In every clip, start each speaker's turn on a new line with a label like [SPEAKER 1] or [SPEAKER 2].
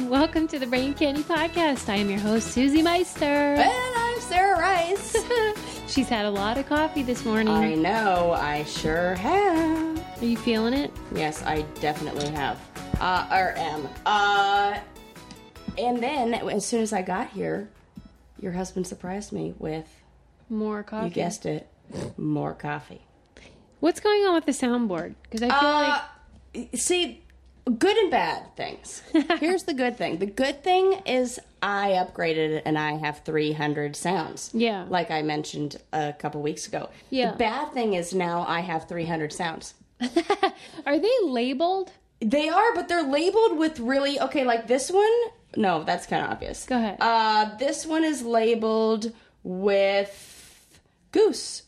[SPEAKER 1] the Brain Candy Podcast. I am your host, Susie Meister.
[SPEAKER 2] And I'm Sarah Rice.
[SPEAKER 1] She's had a lot of coffee this morning.
[SPEAKER 2] I know, I sure have.
[SPEAKER 1] Are you feeling it?
[SPEAKER 2] Yes, I definitely have. Uh, or am. Uh, and then, as soon as I got here, your husband surprised me with,
[SPEAKER 1] More coffee.
[SPEAKER 2] you guessed it, more coffee.
[SPEAKER 1] What's going on with the soundboard? Because I feel like
[SPEAKER 2] Uh, see, good and bad things. Here's the good thing. The good thing is I upgraded it and I have 300 sounds.
[SPEAKER 1] Yeah.
[SPEAKER 2] Like I mentioned a couple weeks ago.
[SPEAKER 1] Yeah.
[SPEAKER 2] The bad thing is now I have 300 sounds.
[SPEAKER 1] are they labeled?
[SPEAKER 2] They are, but they're labeled with really okay, like this one. No, that's kind of obvious.
[SPEAKER 1] Go ahead.
[SPEAKER 2] Uh, this one is labeled with goose.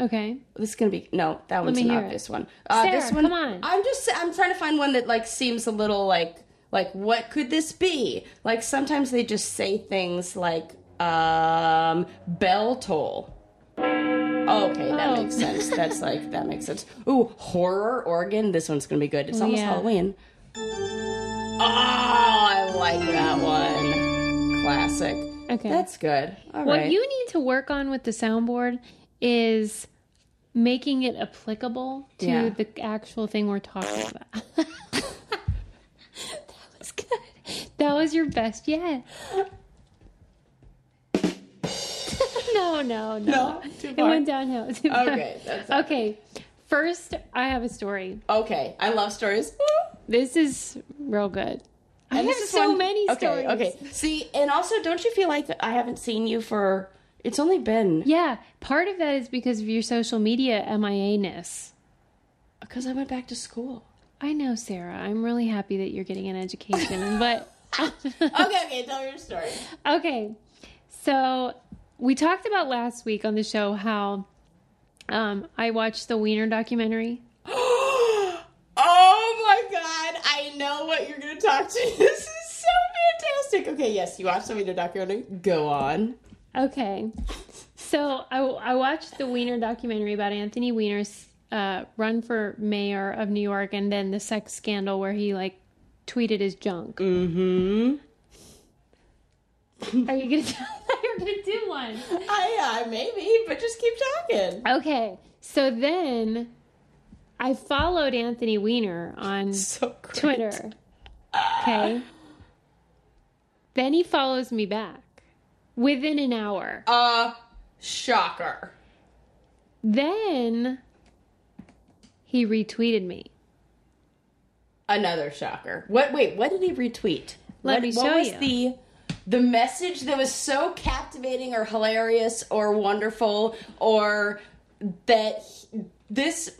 [SPEAKER 1] Okay.
[SPEAKER 2] This is gonna be no. That one's
[SPEAKER 1] me
[SPEAKER 2] an
[SPEAKER 1] hear
[SPEAKER 2] obvious one. Uh, this
[SPEAKER 1] Sarah,
[SPEAKER 2] one,
[SPEAKER 1] come on.
[SPEAKER 2] I'm just. I'm trying to find one that like seems a little like like what could this be? Like sometimes they just say things like um bell toll. Okay, that
[SPEAKER 1] Oh.
[SPEAKER 2] makes sense. That's like that makes sense. Ooh, horror organ. This one's gonna be good. It's almost
[SPEAKER 1] yeah.
[SPEAKER 2] Halloween. Oh, I like that one. Classic.
[SPEAKER 1] Okay.
[SPEAKER 2] That's good. All right.
[SPEAKER 1] What you need to work on with the soundboard is making it applicable to
[SPEAKER 2] Yeah.
[SPEAKER 1] the actual thing we're talking about. that was good. That was your best yet. no, no, no.
[SPEAKER 2] No, too
[SPEAKER 1] it
[SPEAKER 2] far.
[SPEAKER 1] went downhill. too far.
[SPEAKER 2] Okay, that's-
[SPEAKER 1] okay. First, I have a story.
[SPEAKER 2] Okay, I love stories.
[SPEAKER 1] This is real good. I
[SPEAKER 2] And
[SPEAKER 1] have
[SPEAKER 2] this is
[SPEAKER 1] so
[SPEAKER 2] one-
[SPEAKER 1] many stories.
[SPEAKER 2] okay, Okay. See, and also, don't you feel like that I haven't seen you for? It's only been
[SPEAKER 1] Yeah, part of that is because of your social media MIA ness.
[SPEAKER 2] because I went back to school.
[SPEAKER 1] I know, Sarah. I'm really happy that you're getting an education, but
[SPEAKER 2] okay, okay. Tell your story.
[SPEAKER 1] okay. So we talked about last week on the show how um, I watched the Wiener documentary.
[SPEAKER 2] oh my god! I know what you're gonna talk to. This is so fantastic. Okay, yes, you watched the video documentary. Go on.
[SPEAKER 1] Okay, so I, I watched the Wiener documentary about Anthony Wiener's uh, run for mayor of New York, and then the sex scandal where he like tweeted his junk.
[SPEAKER 2] Mm-hmm.
[SPEAKER 1] Are you gonna? you're gonna do one.
[SPEAKER 2] I uh, maybe, but just keep talking.
[SPEAKER 1] Okay, so then I followed Anthony Weiner on
[SPEAKER 2] So great.
[SPEAKER 1] Twitter. Okay. then he follows me back within an hour.
[SPEAKER 2] Uh, shocker.
[SPEAKER 1] Then he retweeted me.
[SPEAKER 2] another shocker. What? Wait, what did he retweet?
[SPEAKER 1] Let
[SPEAKER 2] what,
[SPEAKER 1] me
[SPEAKER 2] what
[SPEAKER 1] show
[SPEAKER 2] was
[SPEAKER 1] you.
[SPEAKER 2] the the message that was so captivating or hilarious or wonderful or that he- this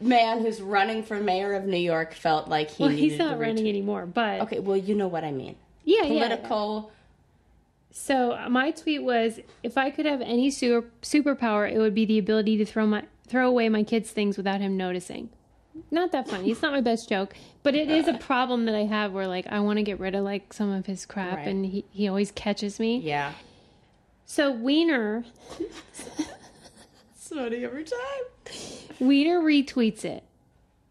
[SPEAKER 2] man who's running for mayor of New York felt like he
[SPEAKER 1] Well,
[SPEAKER 2] needed
[SPEAKER 1] he's not
[SPEAKER 2] to retweet.
[SPEAKER 1] running anymore, but
[SPEAKER 2] Okay, well, you know what I mean.
[SPEAKER 1] yeah, yeah, yeah.
[SPEAKER 2] Political.
[SPEAKER 1] So uh, my tweet was, if I could have any super, superpower, it would be the ability to throw my throw away my kids' things without him noticing. Not that funny. It's not my best joke, but it is a problem that I have where like I want to get rid of like some of his crap,
[SPEAKER 2] Right.
[SPEAKER 1] and he, he always catches me.
[SPEAKER 2] Yeah.
[SPEAKER 1] So Wiener
[SPEAKER 2] It's funny every time.
[SPEAKER 1] Wiener retweets it,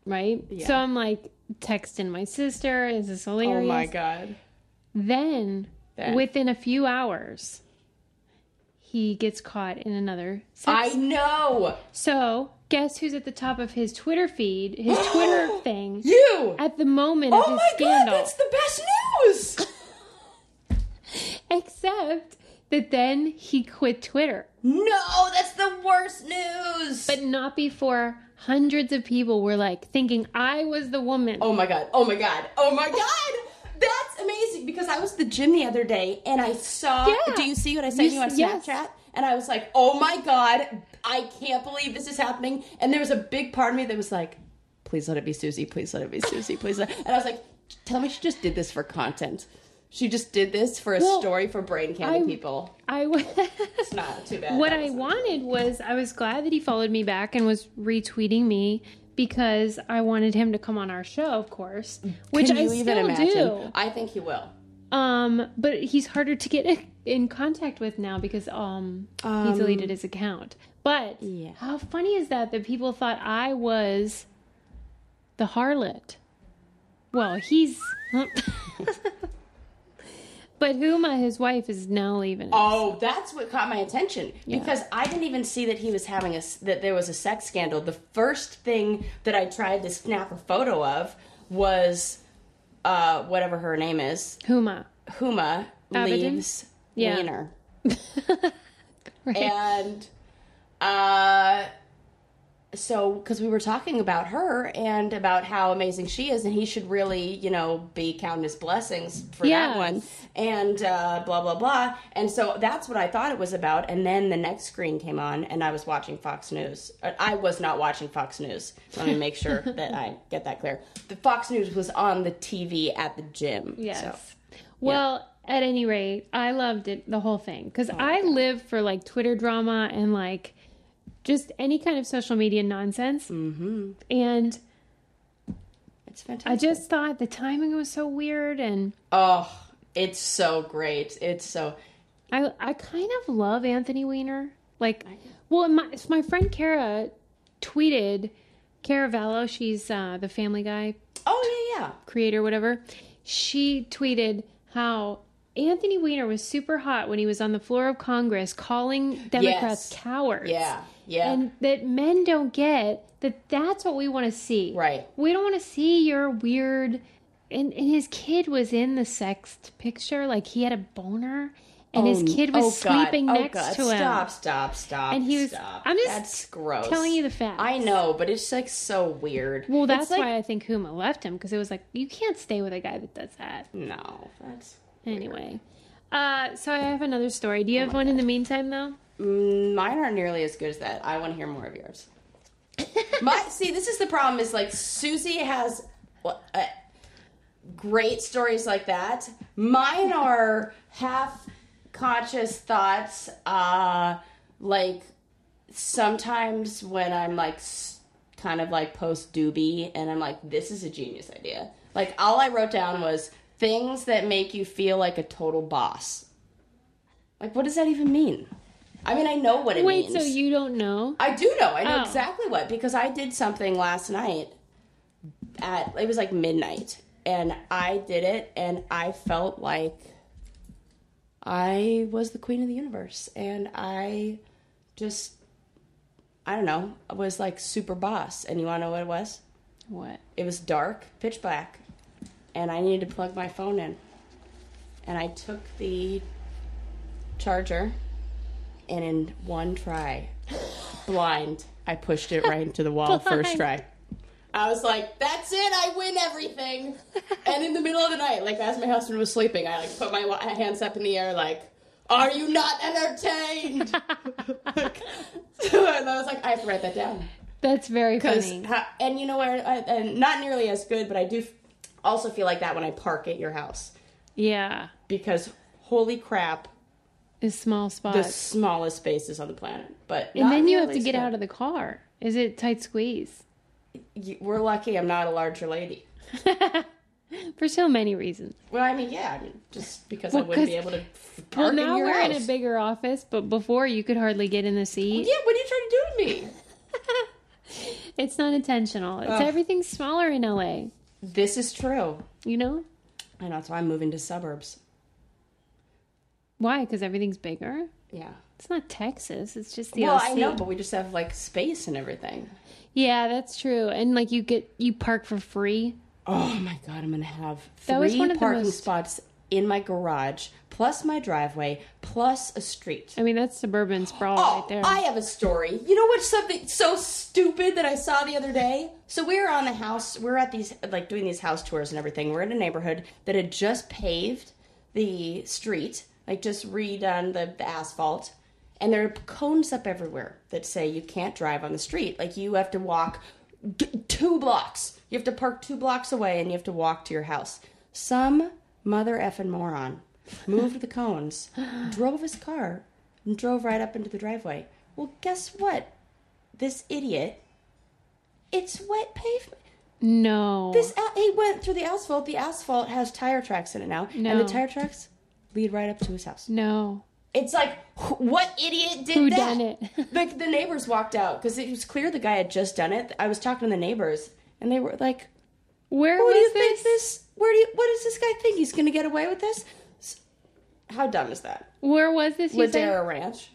[SPEAKER 1] right?
[SPEAKER 2] Yeah.
[SPEAKER 1] So I'm like texting my sister. Is this hilarious?
[SPEAKER 2] Oh my god.
[SPEAKER 1] Then,
[SPEAKER 2] Then.
[SPEAKER 1] within a few hours, he gets caught in another. sex
[SPEAKER 2] I know
[SPEAKER 1] So, guess who's at the top of his Twitter feed, his Twitter thing,
[SPEAKER 2] you.
[SPEAKER 1] at the moment
[SPEAKER 2] Oh
[SPEAKER 1] of his
[SPEAKER 2] my god,
[SPEAKER 1] scandal?
[SPEAKER 2] that's the best news.
[SPEAKER 1] Except that then he quit Twitter,
[SPEAKER 2] no, that's the worst news.
[SPEAKER 1] but not before hundreds of people were like thinking I was the woman.
[SPEAKER 2] Oh my god. Oh my god. Oh my god. That's amazing because I was at the gym the other day and I saw
[SPEAKER 1] Yeah.
[SPEAKER 2] Do you see what I sent
[SPEAKER 1] You
[SPEAKER 2] you,
[SPEAKER 1] s-
[SPEAKER 2] on
[SPEAKER 1] yes.
[SPEAKER 2] Snapchat? And I was like, "Oh my god, I can't believe this is happening." And there was a big part of me that was like, "Please let it be Susie. Please let it be Susie. Please." Let... And I was like, "Tell me she just did this for content. She just did this for a
[SPEAKER 1] Well,
[SPEAKER 2] story for brain candy
[SPEAKER 1] I-
[SPEAKER 2] people.
[SPEAKER 1] I was.
[SPEAKER 2] It's not too bad."
[SPEAKER 1] what
[SPEAKER 2] That
[SPEAKER 1] I
[SPEAKER 2] was-
[SPEAKER 1] wanted was I was glad that he followed me back and was retweeting me because I wanted him to come on our show, of course, which
[SPEAKER 2] Mm. Can
[SPEAKER 1] I
[SPEAKER 2] you
[SPEAKER 1] still
[SPEAKER 2] even imagine?
[SPEAKER 1] do.
[SPEAKER 2] I think he will.
[SPEAKER 1] Um, but he's harder to get in contact with now because um, he deleted his account. But
[SPEAKER 2] Yeah.
[SPEAKER 1] how funny is that that people thought I was the harlot? Well, he's But Huma, his wife, is now leaving. us.
[SPEAKER 2] Oh, that's what caught my attention because I didn't even see that he was having a s- that there was a sex scandal. The first thing that I tried to snap a photo of was uh, whatever her name is,
[SPEAKER 1] Huma.
[SPEAKER 2] Huma
[SPEAKER 1] Abedin?
[SPEAKER 2] leaves
[SPEAKER 1] Yeah.
[SPEAKER 2] Wiener,
[SPEAKER 1] Right.
[SPEAKER 2] and uh, so because we were talking about her and about how amazing she is, and he should really you know be counting his blessings for that
[SPEAKER 1] Yes.
[SPEAKER 2] one. and uh, blah blah blah. And so that's what I thought it was about. And then the next screen came on, and I was watching Fox News. Uh, I was not watching Fox News. Let me make sure that I get that clear. The Fox News was on the TV at the gym.
[SPEAKER 1] Yes.
[SPEAKER 2] So.
[SPEAKER 1] Well, at any rate, I loved it, the whole thing, because I live for like Twitter drama and like just any kind of social media nonsense. Mm-hmm. And
[SPEAKER 2] It's
[SPEAKER 1] I
[SPEAKER 2] fantastic.
[SPEAKER 1] just thought the timing was so weird, and
[SPEAKER 2] oh, it's so great. It's so.
[SPEAKER 1] I I kind of love Anthony Weiner. Like, well, my my friend Kara tweeted Kara Vallow. She's uh, the Family Guy
[SPEAKER 2] Oh yeah, yeah.
[SPEAKER 1] creator, whatever, she tweeted how Anthony Weiner was super hot when he was on the floor of Congress calling Democrats
[SPEAKER 2] Yes.
[SPEAKER 1] cowards.
[SPEAKER 2] Yeah, yeah.
[SPEAKER 1] And that men don't get that that's what we want to see.
[SPEAKER 2] Right.
[SPEAKER 1] We don't want to see your weird. And, and his kid was in the sexed picture. Like he had a boner. And his kid was
[SPEAKER 2] Oh, God.
[SPEAKER 1] sleeping
[SPEAKER 2] Oh,
[SPEAKER 1] next
[SPEAKER 2] God.
[SPEAKER 1] to him.
[SPEAKER 2] Stop, stop, stop.
[SPEAKER 1] And he was-
[SPEAKER 2] stop.
[SPEAKER 1] I'm just
[SPEAKER 2] That's gross.
[SPEAKER 1] telling you the facts.
[SPEAKER 2] I know, but it's like so weird.
[SPEAKER 1] Well,
[SPEAKER 2] It's
[SPEAKER 1] that's
[SPEAKER 2] like,
[SPEAKER 1] why I think Huma left him because it was like, you can't stay with a guy that does that.
[SPEAKER 2] No, that's
[SPEAKER 1] Anyway. Uh, so I have another story. Do you
[SPEAKER 2] Oh
[SPEAKER 1] have one in the meantime, though?
[SPEAKER 2] Mm, Mine aren't nearly as good as that. I want to hear more of yours. My see, this is the problem. Is like Susie has well, uh, great stories like that. Mine are half conscious thoughts. Uh, like sometimes when I'm like s- kind of like post doobie, and I'm like, this is a genius idea. Like all I wrote down was things that make you feel like a total boss. Like, what does that even mean? I mean, I know what it
[SPEAKER 1] Wait,
[SPEAKER 2] means.
[SPEAKER 1] so you don't know?
[SPEAKER 2] I do know. I know
[SPEAKER 1] Oh.
[SPEAKER 2] exactly what because I did something last night at it was like midnight and I did it and I felt like I was the queen of the universe and I just I don't know, was like super boss and you want to know what it was?
[SPEAKER 1] What?
[SPEAKER 2] It was dark, pitch black, and I needed to plug my phone in. And I took the charger, and in one try, blind, I pushed it right into the wall first try. I was like, "That's it! I win everything!" and in the middle of the night, like as my husband was sleeping, I like put my wa- hands up in the air, like, "Are you not entertained?" Like, and I was like, "I have to write that down."
[SPEAKER 1] That's very
[SPEAKER 2] Because
[SPEAKER 1] funny.
[SPEAKER 2] and you know where, I, and not nearly as good, but I do f- also feel like that when I park at your house
[SPEAKER 1] Yeah.
[SPEAKER 2] because holy crap,
[SPEAKER 1] The small
[SPEAKER 2] the
[SPEAKER 1] spots.
[SPEAKER 2] smallest spaces on the planet. But
[SPEAKER 1] and then you have to get out of the car. Is it tight squeeze?
[SPEAKER 2] Of- We're lucky I'm not a larger lady.
[SPEAKER 1] For so many reasons.
[SPEAKER 2] Well, I mean, yeah, I mean, just because I
[SPEAKER 1] Well,
[SPEAKER 2] wouldn't be
[SPEAKER 1] 'cause-
[SPEAKER 2] able to f-
[SPEAKER 1] Well,
[SPEAKER 2] park
[SPEAKER 1] now
[SPEAKER 2] in your
[SPEAKER 1] we're
[SPEAKER 2] house.
[SPEAKER 1] in a bigger office, but before you could hardly get in the seat.
[SPEAKER 2] yeah, what are you trying to do to me?
[SPEAKER 1] It's not intentional. It's
[SPEAKER 2] Ugh.
[SPEAKER 1] everything's smaller in LA,
[SPEAKER 2] this is true,
[SPEAKER 1] you know?
[SPEAKER 2] and that's why I'm moving to suburbs.
[SPEAKER 1] Why? Because everything's bigger?
[SPEAKER 2] Yeah.
[SPEAKER 1] It's not Texas. It's just the
[SPEAKER 2] well,
[SPEAKER 1] OC.
[SPEAKER 2] I know, but we just have like space and everything.
[SPEAKER 1] Yeah, that's true. And like you get you park for free.
[SPEAKER 2] Oh my god, I'm gonna have
[SPEAKER 1] That was
[SPEAKER 2] three
[SPEAKER 1] one of the
[SPEAKER 2] parking
[SPEAKER 1] most-
[SPEAKER 2] spots in my garage, plus my driveway, plus a street.
[SPEAKER 1] I mean that's suburban sprawl
[SPEAKER 2] Oh,
[SPEAKER 1] right there.
[SPEAKER 2] I have a story. You know what's something so stupid that I saw the other day? So we were on the house, we were at these, like doing these house tours and everything. We're in a neighborhood that had just paved the street, like just redone the, the asphalt. And there are cones up everywhere that say you can't drive on the street. Like you have to walk d- two blocks. You have to park two blocks away and you have to walk to your house. Some mother effing moron moved the cones, drove his car, and drove right up into the driveway. Well, guess what? This idiot, it's wet pavement.
[SPEAKER 1] no.
[SPEAKER 2] This a- he went through the asphalt. The asphalt has tire tracks in it now, and
[SPEAKER 1] No.
[SPEAKER 2] the tire tracks lead right up to his house.
[SPEAKER 1] no.
[SPEAKER 2] It's like, wh- what idiot did
[SPEAKER 1] Who
[SPEAKER 2] that?
[SPEAKER 1] done it?
[SPEAKER 2] like the neighbors walked out because it was clear the guy had just done it. I was talking to the neighbors, and they were like,
[SPEAKER 1] Where
[SPEAKER 2] "What do
[SPEAKER 1] was
[SPEAKER 2] you think this? Where do you? What does this guy think he's going to get away with this?" S- How dumb is that?
[SPEAKER 1] Where was this? You said?
[SPEAKER 2] Ladera Ranch.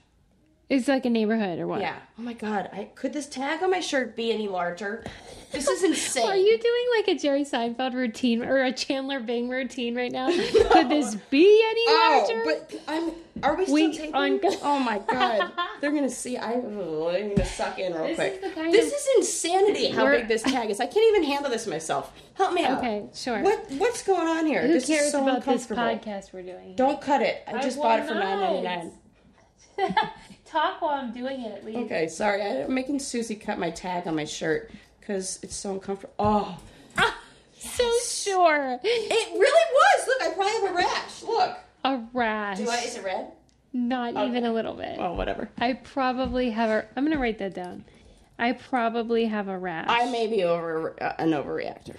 [SPEAKER 1] It's like a neighborhood or what?
[SPEAKER 2] Yeah. Oh my god. I could this tag on my shirt be any larger? This is
[SPEAKER 1] Are
[SPEAKER 2] insane.
[SPEAKER 1] you doing like a Jerry Seinfeld routine or a Chandler Bing routine right now? Could this be any
[SPEAKER 2] Oh,
[SPEAKER 1] larger?
[SPEAKER 2] but I'm. Are we still
[SPEAKER 1] Wink
[SPEAKER 2] taping?
[SPEAKER 1] on-
[SPEAKER 2] oh my god! They're gonna see. I, oh, they're gonna suck in real
[SPEAKER 1] This
[SPEAKER 2] quick.
[SPEAKER 1] is the kind
[SPEAKER 2] this
[SPEAKER 1] of-
[SPEAKER 2] is insanity. How
[SPEAKER 1] We're-
[SPEAKER 2] big this tag is! I can't even handle this myself. Help me out.
[SPEAKER 1] Okay, sure.
[SPEAKER 2] What What's going on here?
[SPEAKER 1] Who
[SPEAKER 2] this
[SPEAKER 1] cares
[SPEAKER 2] is so
[SPEAKER 1] about this
[SPEAKER 2] uncomfortable.
[SPEAKER 1] podcast we're doing?
[SPEAKER 2] Don't cut it. I just
[SPEAKER 1] will
[SPEAKER 2] bought it for
[SPEAKER 1] not.
[SPEAKER 2] nine ninety nine.
[SPEAKER 1] Talk while I'm doing it at least.
[SPEAKER 2] Okay, sorry. I- I'm making Susie cut my tag on my shirt because it's so uncomfortable. Oh,
[SPEAKER 1] So sure.
[SPEAKER 2] it really was. Look, I probably have a rash. Look.
[SPEAKER 1] A rash.
[SPEAKER 2] Do I? Is it red?
[SPEAKER 1] Not even a little bit.
[SPEAKER 2] Oh, whatever.
[SPEAKER 1] I probably have a. I'm gonna write that down. I probably have a rash.
[SPEAKER 2] I may be over uh, an overreactor.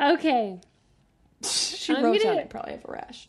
[SPEAKER 1] okay.
[SPEAKER 2] She
[SPEAKER 1] I'm
[SPEAKER 2] wrote
[SPEAKER 1] gonna-
[SPEAKER 2] down I probably have a rash.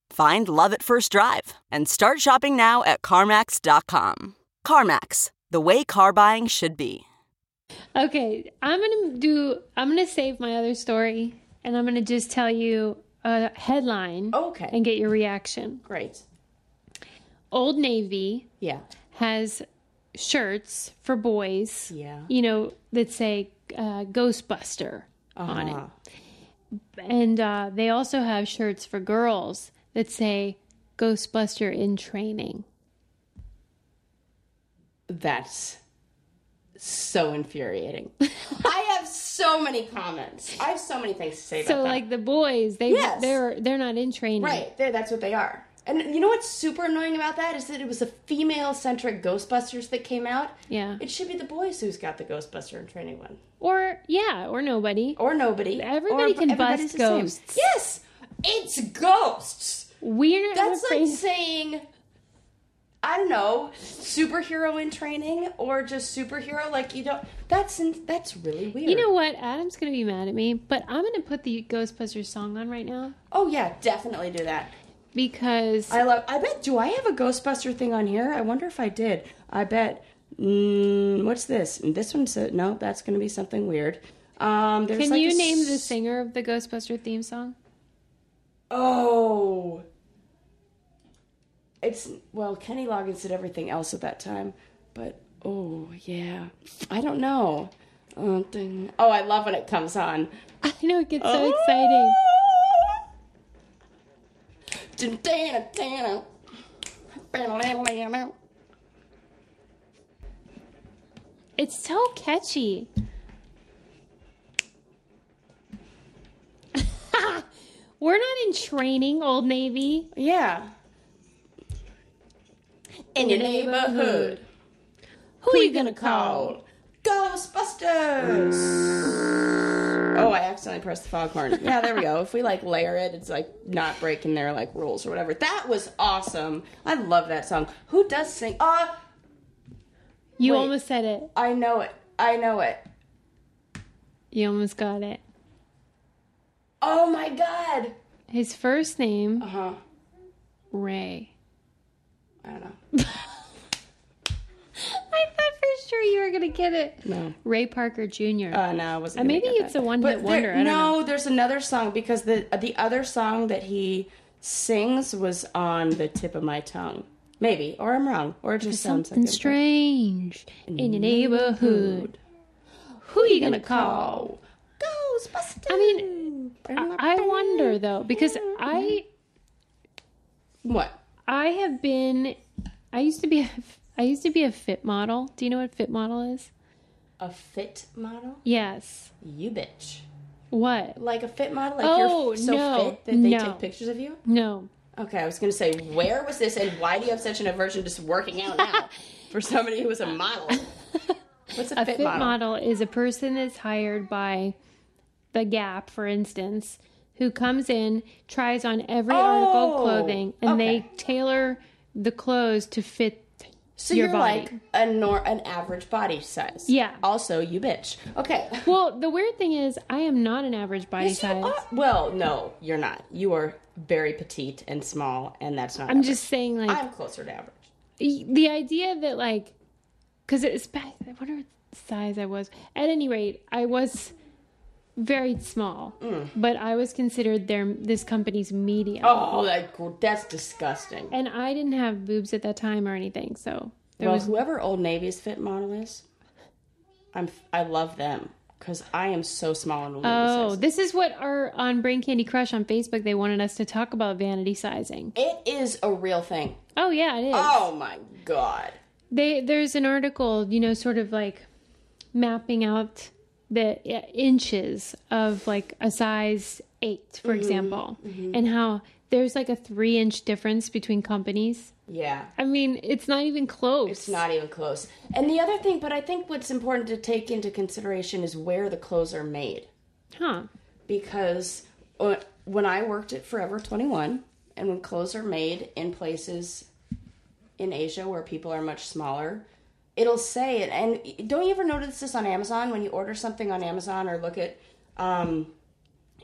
[SPEAKER 3] Find love at first drive and start shopping now at CarMax.com. CarMax, the way car buying should be.
[SPEAKER 1] Okay. I'm gonna do. I'm gonna save my other story, and I'm gonna just tell you a headline
[SPEAKER 2] Okay.
[SPEAKER 1] and get your reaction.
[SPEAKER 2] Great.
[SPEAKER 1] Old Navy
[SPEAKER 2] Yeah.
[SPEAKER 1] has shirts for boys.
[SPEAKER 2] Yeah.
[SPEAKER 1] You know that say uh, Ghostbuster on it.
[SPEAKER 2] Uh-huh.
[SPEAKER 1] and uh, they also have shirts for girls that say Ghostbuster in training.
[SPEAKER 2] That's so infuriating. I have so many comments. I have so many things to say
[SPEAKER 1] So
[SPEAKER 2] about that.
[SPEAKER 1] like the boys, they
[SPEAKER 2] Yes.
[SPEAKER 1] they're they're not in training.
[SPEAKER 2] Right, there, that's what they are. And you know what's super annoying about that is that it was the female centric Ghostbusters that came out.
[SPEAKER 1] Yeah.
[SPEAKER 2] It should be the boys who's got the Ghostbuster in training one.
[SPEAKER 1] Or yeah, or nobody.
[SPEAKER 2] Or nobody.
[SPEAKER 1] Everybody
[SPEAKER 2] Or
[SPEAKER 1] can
[SPEAKER 2] everybody's the
[SPEAKER 1] bust
[SPEAKER 2] same.
[SPEAKER 1] ghosts.
[SPEAKER 2] Yes! It's ghosts!
[SPEAKER 1] We're I'm
[SPEAKER 2] That's like
[SPEAKER 1] afraid-
[SPEAKER 2] saying, I don't know, superhero in training or just superhero. Like, you don't. That's in, that's really weird.
[SPEAKER 1] you know what? Adam's gonna be mad at me, but I'm gonna put the Ghostbusters song on right now
[SPEAKER 2] Oh, yeah, definitely do that.
[SPEAKER 1] because
[SPEAKER 2] I love. I bet. Do I have a Ghostbuster thing on here? I wonder if I did. I bet. Mm, what's this? This one said no. That's going to be something weird. Um, there's
[SPEAKER 1] can
[SPEAKER 2] like
[SPEAKER 1] you
[SPEAKER 2] a
[SPEAKER 1] name the
[SPEAKER 2] s-
[SPEAKER 1] singer of the Ghostbuster theme song?
[SPEAKER 2] Oh, it's well. Kenny Loggins did everything else at that time, but oh yeah, I don't know. Uh, ding. Oh, I love when it comes on.
[SPEAKER 1] I know it gets
[SPEAKER 2] Oh,
[SPEAKER 1] so exciting.
[SPEAKER 2] exciting.
[SPEAKER 1] It's so catchy. We're not in training, Old Navy.
[SPEAKER 2] Yeah. In your neighborhood,
[SPEAKER 1] Who,
[SPEAKER 2] who are you gonna call? Ghostbusters! Oh, I accidentally pressed the foghorn. Yeah, there we go. If we like layer it, it's like not breaking their like rules or whatever. That was awesome. I love that song. Who does sing? Ah,
[SPEAKER 1] You
[SPEAKER 2] Wait.
[SPEAKER 1] almost said it.
[SPEAKER 2] I know it. I know it.
[SPEAKER 1] You almost got it.
[SPEAKER 2] Oh my god.
[SPEAKER 1] His first name,
[SPEAKER 2] Uh huh.
[SPEAKER 1] Ray.
[SPEAKER 2] I don't know.
[SPEAKER 1] I thought for sure you were gonna get it.
[SPEAKER 2] No.
[SPEAKER 1] Ray Parker Jr.
[SPEAKER 2] Uh, no, I wasn't.
[SPEAKER 1] Uh,
[SPEAKER 2] gonna
[SPEAKER 1] maybe
[SPEAKER 2] get
[SPEAKER 1] it's
[SPEAKER 2] that.
[SPEAKER 1] a one-hit
[SPEAKER 2] But there-
[SPEAKER 1] wonder, I don't
[SPEAKER 2] no, there's another song because the uh, the other song that he sings was on the tip of my tongue. Maybe, or I'm wrong, or it just sounds like
[SPEAKER 1] Something
[SPEAKER 2] I'm-
[SPEAKER 1] strange in your neighborhood. Who you gonna call?
[SPEAKER 2] Oh, Ghostbusters.
[SPEAKER 1] I mean, I I wonder though because I
[SPEAKER 2] what?
[SPEAKER 1] I have been. I used to be a I used to be a fit model. Do you know what fit model is?
[SPEAKER 2] A fit model?
[SPEAKER 1] Yes.
[SPEAKER 2] You bitch.
[SPEAKER 1] What?
[SPEAKER 2] Like a fit model? Like
[SPEAKER 1] Oh,
[SPEAKER 2] you're f- so
[SPEAKER 1] no,
[SPEAKER 2] fit that they
[SPEAKER 1] no.
[SPEAKER 2] take pictures of you?
[SPEAKER 1] No.
[SPEAKER 2] Okay, I was going to say, where was this and why do you have such an aversion to s- working out now for somebody who was a model? What's a,
[SPEAKER 1] A
[SPEAKER 2] fit,
[SPEAKER 1] fit,
[SPEAKER 2] model?
[SPEAKER 1] model is a person that's hired by the Gap, for instance, who comes in, tries on every article
[SPEAKER 2] Oh,
[SPEAKER 1] of clothing, and
[SPEAKER 2] okay.
[SPEAKER 1] they tailor the clothes to fit.
[SPEAKER 2] So
[SPEAKER 1] your
[SPEAKER 2] you're
[SPEAKER 1] body.
[SPEAKER 2] like a nor- an average body size.
[SPEAKER 1] Yeah.
[SPEAKER 2] Also, you bitch. Okay.
[SPEAKER 1] Well, the weird thing is, I am not an average body
[SPEAKER 2] Yes, you
[SPEAKER 1] size.
[SPEAKER 2] are- Well, no, you're not. You are very petite and small, and that's not.
[SPEAKER 1] I'm
[SPEAKER 2] average.
[SPEAKER 1] just saying, like,
[SPEAKER 2] I'm closer to average.
[SPEAKER 1] the the idea that like because it's back i wonder what size i was at any rate i was very small but i was considered their this company's medium
[SPEAKER 2] Mm. Oh, that, that's disgusting.
[SPEAKER 1] and i didn't have boobs at that time or anything so there
[SPEAKER 2] well,
[SPEAKER 1] was
[SPEAKER 2] whoever Old Navy's fit model is, I'm I love them because I am so small and Old Navy
[SPEAKER 1] oh
[SPEAKER 2] size.
[SPEAKER 1] this is what our on brain candy crush on facebook they wanted us to talk about vanity sizing
[SPEAKER 2] It is a real thing.
[SPEAKER 1] oh yeah it is
[SPEAKER 2] Oh my god.
[SPEAKER 1] they there's an article you know sort of like mapping out the i- inches of like a size eight
[SPEAKER 2] Mm-hmm.
[SPEAKER 1] for example and how there's like a three inch difference between companies
[SPEAKER 2] Yeah.
[SPEAKER 1] i mean it's not even close
[SPEAKER 2] It's not even close. And the other thing, but I think what's important to take into consideration is where the clothes are made.
[SPEAKER 1] huh
[SPEAKER 2] because uh, when I worked at Forever 21 and when clothes are made in places in Asia where people are much smaller, it'll say it. And don't you ever notice this on Amazon when you order something on Amazon or look at um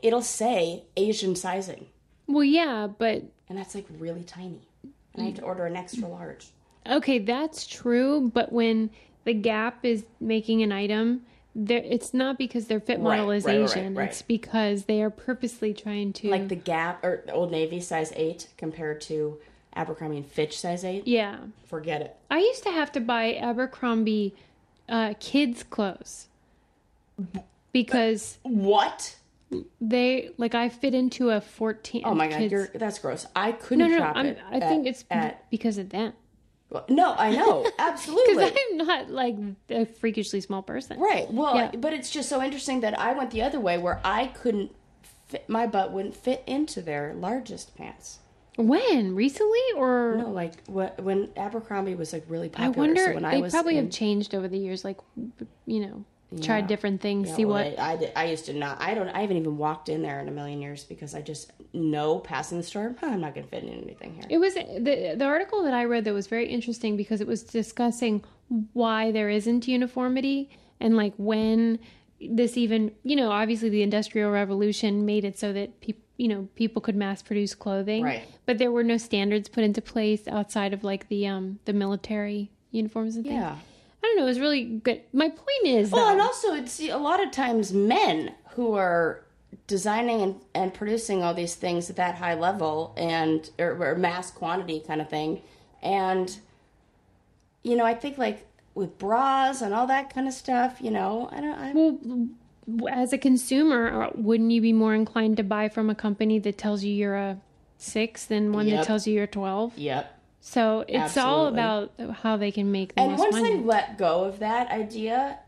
[SPEAKER 2] it'll say Asian sizing.
[SPEAKER 1] well yeah but
[SPEAKER 2] And that's like really tiny. And I have to order an extra large.
[SPEAKER 1] okay that's true but when the gap is making an item there it's not because their fit model
[SPEAKER 2] Right,
[SPEAKER 1] is
[SPEAKER 2] right, right,
[SPEAKER 1] asian
[SPEAKER 2] right.
[SPEAKER 1] it's because they are purposely trying to
[SPEAKER 2] Like the Gap or Old Navy size 8 compared to Abercrombie and Fitch size 8.
[SPEAKER 1] yeah
[SPEAKER 2] Forget it.
[SPEAKER 1] I used to have to buy Abercrombie uh, kids' clothes because
[SPEAKER 2] What?
[SPEAKER 1] they like I fit into a fourteen.
[SPEAKER 2] Oh my god,
[SPEAKER 1] kids-
[SPEAKER 2] you're, that's gross. I couldn't
[SPEAKER 1] no, no, no.
[SPEAKER 2] shop
[SPEAKER 1] I'm,
[SPEAKER 2] it.
[SPEAKER 1] I
[SPEAKER 2] at-
[SPEAKER 1] think it's be-
[SPEAKER 2] at.
[SPEAKER 1] because of them.
[SPEAKER 2] well, No, I know
[SPEAKER 1] Because
[SPEAKER 2] absolutely
[SPEAKER 1] I'm not like a freakishly small person.
[SPEAKER 2] right. Well,
[SPEAKER 1] Yeah.
[SPEAKER 2] but it's just so interesting that I went the other way where I couldn't fit my butt wouldn't fit into their largest pants.
[SPEAKER 1] When recently or
[SPEAKER 2] No, like what when Abercrombie was like really
[SPEAKER 1] I
[SPEAKER 2] popular.
[SPEAKER 1] wonder
[SPEAKER 2] so when
[SPEAKER 1] they
[SPEAKER 2] I was
[SPEAKER 1] probably
[SPEAKER 2] in-
[SPEAKER 1] have changed over the years. Like you know, tried different things,
[SPEAKER 2] Yeah,
[SPEAKER 1] see
[SPEAKER 2] well,
[SPEAKER 1] what.
[SPEAKER 2] I, I, did- I used to not. I don't. I haven't even walked in there in a million years because I just know passing the store. "Huh, I'm not going to fit in anything here.
[SPEAKER 1] It was the the article that I read that was very interesting because it was discussing why there isn't uniformity and like when this even you know obviously the industrial revolution made it so that people you know people could mass produce clothing
[SPEAKER 2] Right.
[SPEAKER 1] but there were no standards put into place outside of like the um the military uniforms and things
[SPEAKER 2] Yeah.
[SPEAKER 1] i don't know it was really good my point is
[SPEAKER 2] Well,
[SPEAKER 1] though,
[SPEAKER 2] and also it's a lot of times men who are designing and, and producing all these things at that high level and or, or mass quantity kind of thing, and you know I think like with bras and all that kind of stuff, you know I don't. I,
[SPEAKER 1] as a consumer, uh, wouldn't you be more inclined to buy from a company that tells you you're a six than one
[SPEAKER 2] Yep.
[SPEAKER 1] that tells you you're 12?
[SPEAKER 2] yep.
[SPEAKER 1] So it's all about
[SPEAKER 2] Absolutely.
[SPEAKER 1] how they can make the
[SPEAKER 2] And
[SPEAKER 1] most
[SPEAKER 2] once
[SPEAKER 1] money.
[SPEAKER 2] I let go of that idea,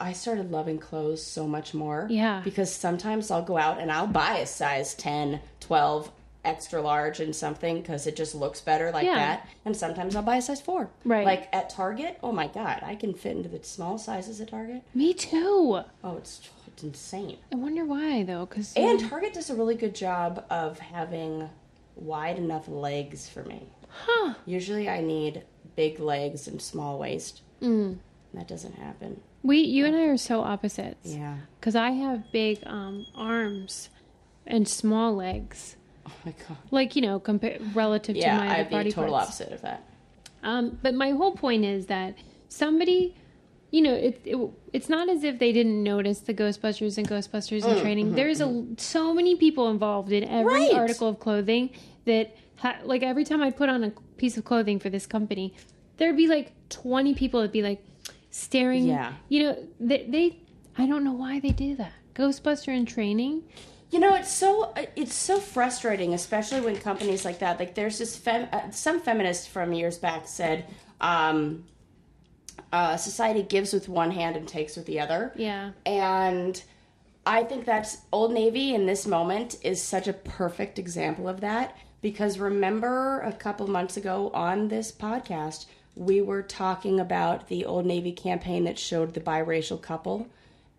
[SPEAKER 2] I started loving clothes so much more.
[SPEAKER 1] Yeah.
[SPEAKER 2] Because sometimes I'll go out and I'll buy a size 10, 12, extra large and something because it just looks better like
[SPEAKER 1] Yeah.
[SPEAKER 2] that. And sometimes I'll buy a size 4.
[SPEAKER 1] Right.
[SPEAKER 2] Like at Target, oh my God, I can fit into the small sizes at Target.
[SPEAKER 1] Me too.
[SPEAKER 2] Oh, it's, it's insane.
[SPEAKER 1] I wonder why though, because
[SPEAKER 2] And Target does a really good job of having wide enough legs for me. Huh. Usually I need big legs and small waist. Mm. That doesn't happen.
[SPEAKER 1] we, you and I are so opposites.
[SPEAKER 2] Yeah.
[SPEAKER 1] Because I have big um, arms and small legs,
[SPEAKER 2] Oh my god.
[SPEAKER 1] like you know, compa- relative
[SPEAKER 2] Yeah,
[SPEAKER 1] to my other
[SPEAKER 2] I'd be
[SPEAKER 1] body
[SPEAKER 2] a total
[SPEAKER 1] parts.
[SPEAKER 2] opposite of that.
[SPEAKER 1] Um, but my whole point is that somebody, you know, it, it it's not as if they didn't notice the Ghostbusters and Ghostbusters in training. There's a so many people involved in every
[SPEAKER 2] Mm, mm-hmm, Right.
[SPEAKER 1] article of clothing that, ha- like, every time I put on a piece of clothing for this company, there'd be like 20 people that'd be like staring.
[SPEAKER 2] Yeah.
[SPEAKER 1] you know, they, they I don't know why they do that. Ghostbuster in training.
[SPEAKER 2] You know, it's so it's so frustrating, especially when companies like that. Like, there's this fem, uh, some feminist from years back said, um, uh, society gives with one hand and takes with the other.
[SPEAKER 1] Yeah.
[SPEAKER 2] And I think that's Old Navy in this moment is such a perfect example of that because remember a couple months ago on this podcast, we were talking about the Old Navy campaign that showed the biracial couple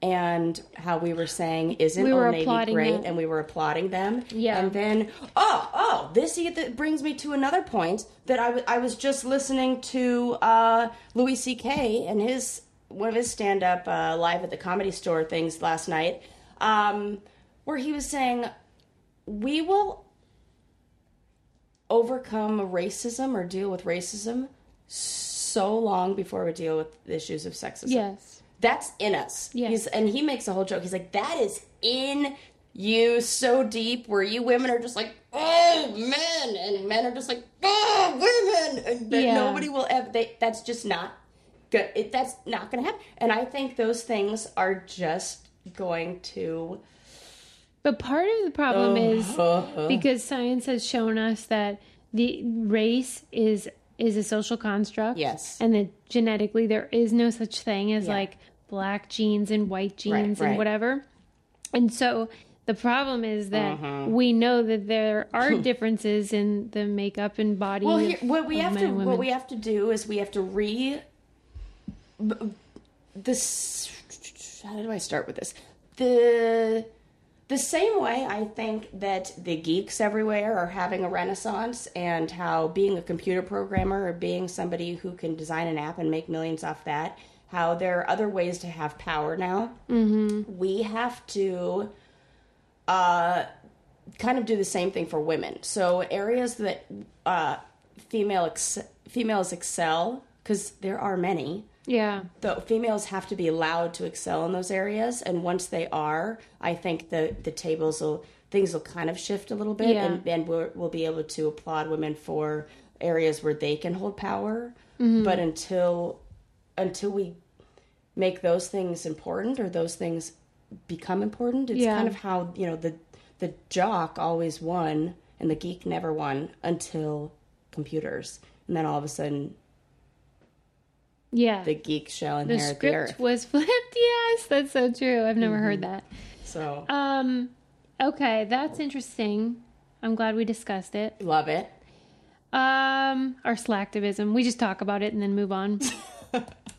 [SPEAKER 2] and how we were saying, isn't
[SPEAKER 1] We were
[SPEAKER 2] Old Navy
[SPEAKER 1] applauding
[SPEAKER 2] great?
[SPEAKER 1] it.
[SPEAKER 2] And we were applauding them.
[SPEAKER 1] Yeah.
[SPEAKER 2] And then, oh, oh, this e- that brings me to another point that I wa- I was just listening to uh, Louis C.K. and his one of his stand up uh, live at the comedy store things last night, um, where he was saying, "We will overcome racism or deal with racism." So long before we deal with the issues of sexism
[SPEAKER 1] Yes.
[SPEAKER 2] that's in us.
[SPEAKER 1] Yeah.
[SPEAKER 2] He's, and he makes a whole joke. He's like, that is in you so deep where you women are just like, oh, men. And men are just like, oh, women. And that
[SPEAKER 1] Yeah.
[SPEAKER 2] nobody will ever, they, that's just not good. It, that's not going to happen. And I think those things are just going to,
[SPEAKER 1] But part of the
[SPEAKER 2] Oh.
[SPEAKER 1] problem is because science has shown us that the race is is a social construct.
[SPEAKER 2] Yes.
[SPEAKER 1] And that genetically there is no such thing as like black genes and white genes and
[SPEAKER 2] right.
[SPEAKER 1] whatever. And so the problem is that
[SPEAKER 2] Mm-hmm.
[SPEAKER 1] we know that there are differences in the makeup and body.
[SPEAKER 2] well,
[SPEAKER 1] of-
[SPEAKER 2] here, what we
[SPEAKER 1] of
[SPEAKER 2] have
[SPEAKER 1] men
[SPEAKER 2] to,
[SPEAKER 1] and
[SPEAKER 2] what
[SPEAKER 1] women.
[SPEAKER 2] we have to do is we have to re this how do I start with this? The the same way I think that the geeks everywhere are having a renaissance and how being a computer programmer or being somebody who can design an app and make millions off that, how there are other ways to have power now. Mm-hmm. We have to uh, kind of do the same thing for women. So areas that uh, female ex- females excel because there are many
[SPEAKER 1] yeah.
[SPEAKER 2] the females have to be allowed to excel in those areas and once they are i think the the tables will things will kind of shift a little bit
[SPEAKER 1] Yeah.
[SPEAKER 2] and, and we'll, we'll be able to applaud women for areas where they can hold power
[SPEAKER 1] Mm-hmm.
[SPEAKER 2] but until until we make those things important or those things become important it's
[SPEAKER 1] Yeah.
[SPEAKER 2] kind of how you know the the jock always won and the geek never won until computers and then all of a sudden
[SPEAKER 1] Yeah.
[SPEAKER 2] the geek shall
[SPEAKER 1] the
[SPEAKER 2] inherit the, earth Mm-hmm.
[SPEAKER 1] script was flipped. Yes, that's so true. I've never heard that.
[SPEAKER 2] so
[SPEAKER 1] Um, okay, that's interesting. I'm glad we discussed it.
[SPEAKER 2] Love it.
[SPEAKER 1] Um, or slacktivism. We just talk about it and then move on.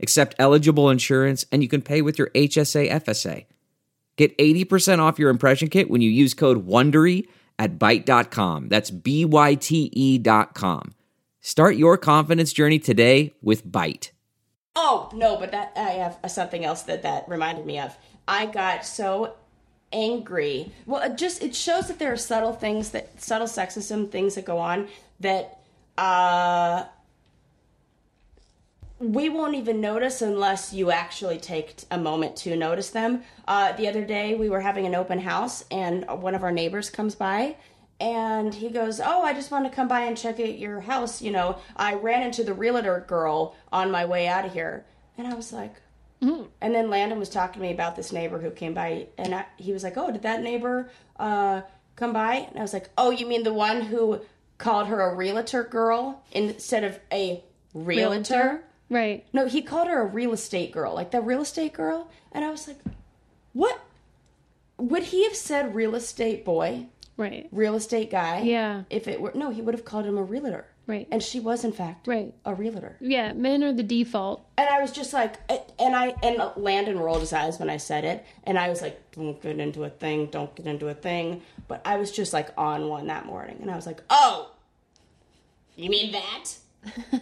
[SPEAKER 4] accept eligible insurance, and you can pay with your HSA FSA. Get 80% off your impression kit when you use code WONDERY at Byte.com. That's B-Y-T-E E dot com. Start your confidence journey today with Byte.
[SPEAKER 2] Oh, no, but that I have something else that that reminded me of. I got so angry. Well, it just it shows that there are subtle things that subtle sexism things that go on that uh we won't even notice unless you actually take t- a moment to notice them. Uh, the other day, we were having an open house, and one of our neighbors comes by, and he goes, "Oh, I just wanted to come by and check out your house. You know, I ran into the realtor girl on my way out of here," and I was like, and then Landon was talking to me about this neighbor who came by, and I, he was like, "Oh, did that neighbor uh, come by?" And I was like, "Oh, you mean the one who called her a realtor girl instead of a realtor.
[SPEAKER 1] right.
[SPEAKER 2] No, he called her a real estate girl, like the real estate girl. And I was like, what? Would he have said real estate boy,
[SPEAKER 1] Right.
[SPEAKER 2] real estate guy?
[SPEAKER 1] Yeah.
[SPEAKER 2] If it were, no, he would have called him a realtor.
[SPEAKER 1] Right.
[SPEAKER 2] And she was, in fact,
[SPEAKER 1] Right.
[SPEAKER 2] a realtor.
[SPEAKER 1] Yeah, men are the default.
[SPEAKER 2] And I was just like, and I, and Landon rolled his eyes when I said it. And I was like, don't get into a thing, don't get into a thing. But I was just like on one that morning. And I was like, oh, you mean that?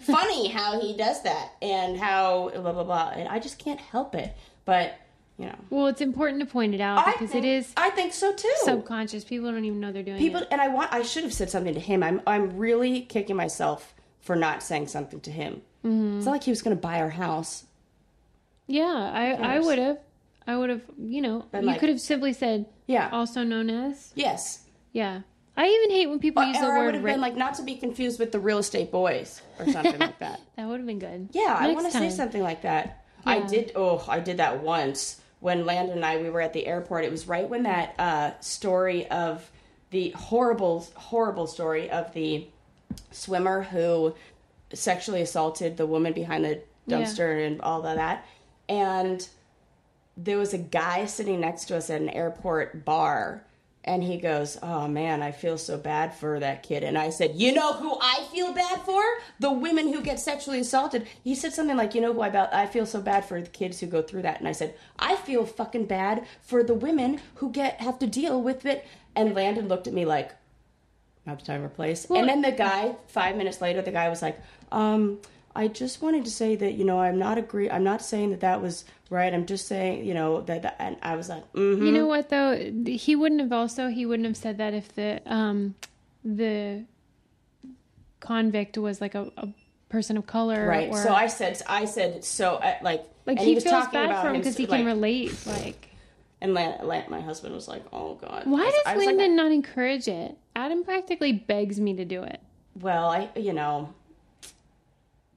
[SPEAKER 2] Funny how he does that and how blah, blah, blah. And I just can't help it. But, you know,
[SPEAKER 1] Well, it's important to point it out
[SPEAKER 2] I
[SPEAKER 1] because
[SPEAKER 2] think,
[SPEAKER 1] it is
[SPEAKER 2] I think so too.
[SPEAKER 1] subconscious. People don't even know they're doing
[SPEAKER 2] People
[SPEAKER 1] it.
[SPEAKER 2] and I want I should have said something to him. I'm I'm really kicking
[SPEAKER 1] Mm-hmm.
[SPEAKER 2] myself for not saying something to him. It's not like he was going to buy our house.
[SPEAKER 1] Yeah, I, I would have. I would have, you know, you
[SPEAKER 2] like-
[SPEAKER 1] could have simply said,
[SPEAKER 2] Yeah.
[SPEAKER 1] also known as.
[SPEAKER 2] Yes.
[SPEAKER 1] Yeah. I even hate when people
[SPEAKER 2] Or,
[SPEAKER 1] use the
[SPEAKER 2] or I would
[SPEAKER 1] word
[SPEAKER 2] have
[SPEAKER 1] rape.
[SPEAKER 2] been like, not to be confused with the real estate boys or something like that.
[SPEAKER 1] that would have been good.
[SPEAKER 2] Yeah, I
[SPEAKER 1] Next
[SPEAKER 2] want to say
[SPEAKER 1] time.
[SPEAKER 2] something like that. I did. Oh, I did that once when Landon and I we were at the airport. It was right when that uh, story of the horrible, horrible story of the swimmer who sexually assaulted the woman behind the
[SPEAKER 1] Yeah.
[SPEAKER 2] dumpster and all of that. And there was a guy sitting next to us at an airport bar. And he goes, Oh man, I feel so bad for that kid. And I said, You know who I feel bad for? The women who get sexually assaulted. He said something like, You know who I, about, I feel so bad for the kids who go through that. And I said, I feel fucking bad for the women who get have to deal with it. And Landon looked at me like, Map time or place. and then the guy, five minutes later, the guy was like, um, I just wanted to say that, you know, I'm not agree. I'm not saying that that was right. I'm just saying, you know, that, that and I was like, mm.
[SPEAKER 1] You know what though? He wouldn't have also he wouldn't have said that if the um the convict was like a, a person of color
[SPEAKER 2] right.
[SPEAKER 1] or
[SPEAKER 2] So I said, I said, so I, like,
[SPEAKER 1] like
[SPEAKER 2] and
[SPEAKER 1] he, feels
[SPEAKER 2] talking
[SPEAKER 1] bad
[SPEAKER 2] about
[SPEAKER 1] for him because he
[SPEAKER 2] like-
[SPEAKER 1] can relate like
[SPEAKER 2] And Lan, Lan, my husband was like, oh God.
[SPEAKER 1] why
[SPEAKER 2] I
[SPEAKER 1] does
[SPEAKER 2] was like,
[SPEAKER 1] Lyndon not encourage it? Adam practically begs me to do it.
[SPEAKER 2] well, I, you know,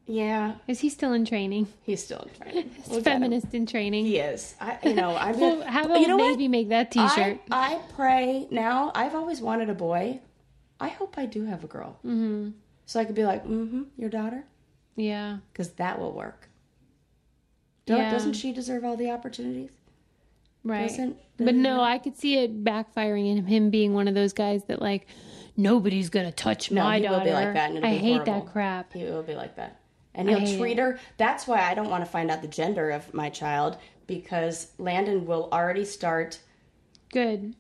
[SPEAKER 2] yeah,
[SPEAKER 1] Is he still in training?
[SPEAKER 2] he's still in training.
[SPEAKER 1] He's feminist in training.
[SPEAKER 2] He is. I, you know, I'm
[SPEAKER 1] Well,
[SPEAKER 2] gonna-
[SPEAKER 1] how
[SPEAKER 2] but
[SPEAKER 1] about
[SPEAKER 2] you know what?
[SPEAKER 1] maybe make that T-shirt?
[SPEAKER 2] I, I pray now. I've always wanted a boy. I hope I do have a girl, mm-hmm. so I could be like, mm-hmm, your daughter,
[SPEAKER 1] yeah.
[SPEAKER 2] because that will work. Don't,
[SPEAKER 1] Yeah.
[SPEAKER 2] Doesn't she deserve all the opportunities?
[SPEAKER 1] Right.
[SPEAKER 2] Doesn't-
[SPEAKER 1] but no, I could see it backfiring in him being one of those guys that like nobody's gonna touch
[SPEAKER 2] No,
[SPEAKER 1] my
[SPEAKER 2] he
[SPEAKER 1] daughter.
[SPEAKER 2] will be like that. And it'll
[SPEAKER 1] I
[SPEAKER 2] be
[SPEAKER 1] hate
[SPEAKER 2] horrible.
[SPEAKER 1] that crap.
[SPEAKER 2] He will be like that, and he'll
[SPEAKER 1] hate
[SPEAKER 2] treat her. That's why I don't want to find out the gender of my child because Landon will already start
[SPEAKER 1] Good.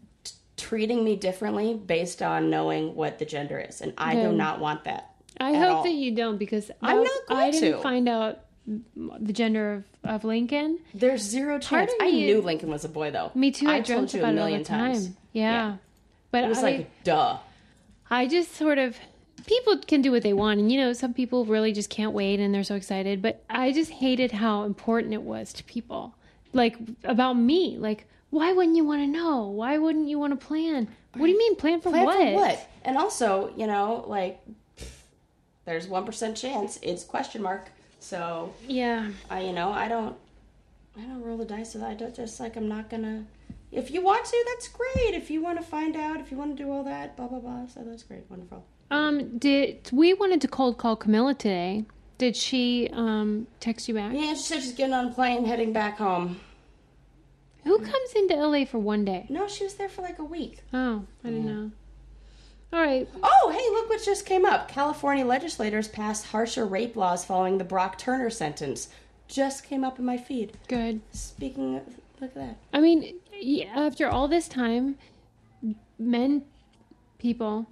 [SPEAKER 2] treating me differently based on knowing what the gender is, and I do
[SPEAKER 1] Good.
[SPEAKER 2] not want that.
[SPEAKER 1] I
[SPEAKER 2] at
[SPEAKER 1] hope
[SPEAKER 2] all.
[SPEAKER 1] that you don't because that
[SPEAKER 2] I'm
[SPEAKER 1] was-
[SPEAKER 2] not going
[SPEAKER 1] I didn't
[SPEAKER 2] to.
[SPEAKER 1] find out the gender of, of Lincoln.
[SPEAKER 2] There's zero
[SPEAKER 1] Part
[SPEAKER 2] chance.
[SPEAKER 1] of
[SPEAKER 2] I
[SPEAKER 1] me-
[SPEAKER 2] knew Lincoln was a boy, though.
[SPEAKER 1] Me too. I,
[SPEAKER 2] told
[SPEAKER 1] dreamt
[SPEAKER 2] you
[SPEAKER 1] about
[SPEAKER 2] a
[SPEAKER 1] it all
[SPEAKER 2] million
[SPEAKER 1] the time.
[SPEAKER 2] times.
[SPEAKER 1] Yeah. But
[SPEAKER 2] It was
[SPEAKER 1] I,
[SPEAKER 2] like, duh.
[SPEAKER 1] I just sort of people can do what they want, and you know some people really just can't wait and they're so excited. But I just hated how important it was to people, like about me. Like, why wouldn't you want to know? Why wouldn't you want to plan? What do you mean plan for
[SPEAKER 2] Plan
[SPEAKER 1] what?
[SPEAKER 2] for what? And also, you know, like, there's one percent chance it's question mark. So
[SPEAKER 1] Yeah,
[SPEAKER 2] I, you know, I don't, I don't roll the dice. with that. I don't just like I'm not gonna. If you want to, that's great. If you want to find out, if you want to do all that, blah blah blah. So that's great, wonderful.
[SPEAKER 1] Um, did we wanted to cold call Camilla today? Did she um text you back?
[SPEAKER 2] Yeah, she said she's getting on a plane heading back home.
[SPEAKER 1] Who comes into LA for one day?
[SPEAKER 2] No, she was there for like a week.
[SPEAKER 1] Oh, I don't know. All right.
[SPEAKER 2] Oh, hey, look what just came up. California legislators passed harsher rape laws following the Brock Turner sentence. Just came up in my feed.
[SPEAKER 1] Good.
[SPEAKER 2] Speaking of, look at that.
[SPEAKER 1] I mean, y- after all this time, men people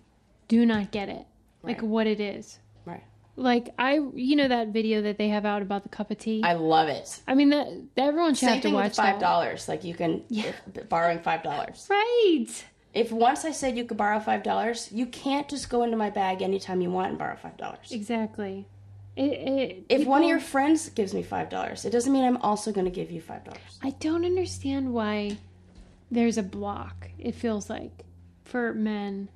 [SPEAKER 1] do not get it. Like
[SPEAKER 2] Right.
[SPEAKER 1] what it is.
[SPEAKER 2] Right.
[SPEAKER 1] Like I you know that video that they have out about the cup of tea? I,
[SPEAKER 2] I love it.
[SPEAKER 1] mean that everyone should
[SPEAKER 2] Same
[SPEAKER 1] have to
[SPEAKER 2] thing
[SPEAKER 1] watch
[SPEAKER 2] with five
[SPEAKER 1] that.
[SPEAKER 2] dollars. Like you can if- borrowing five dollars.
[SPEAKER 1] Right.
[SPEAKER 2] If once I said you could borrow five dollars, you can't just go into my bag anytime you want and borrow five dollars.
[SPEAKER 1] Exactly. It, it,
[SPEAKER 2] If one of
[SPEAKER 1] people-
[SPEAKER 2] your friends gives me five dollars, it doesn't mean I'm also going to give you five dollars.
[SPEAKER 1] I don't understand why there's a block, it feels like, for men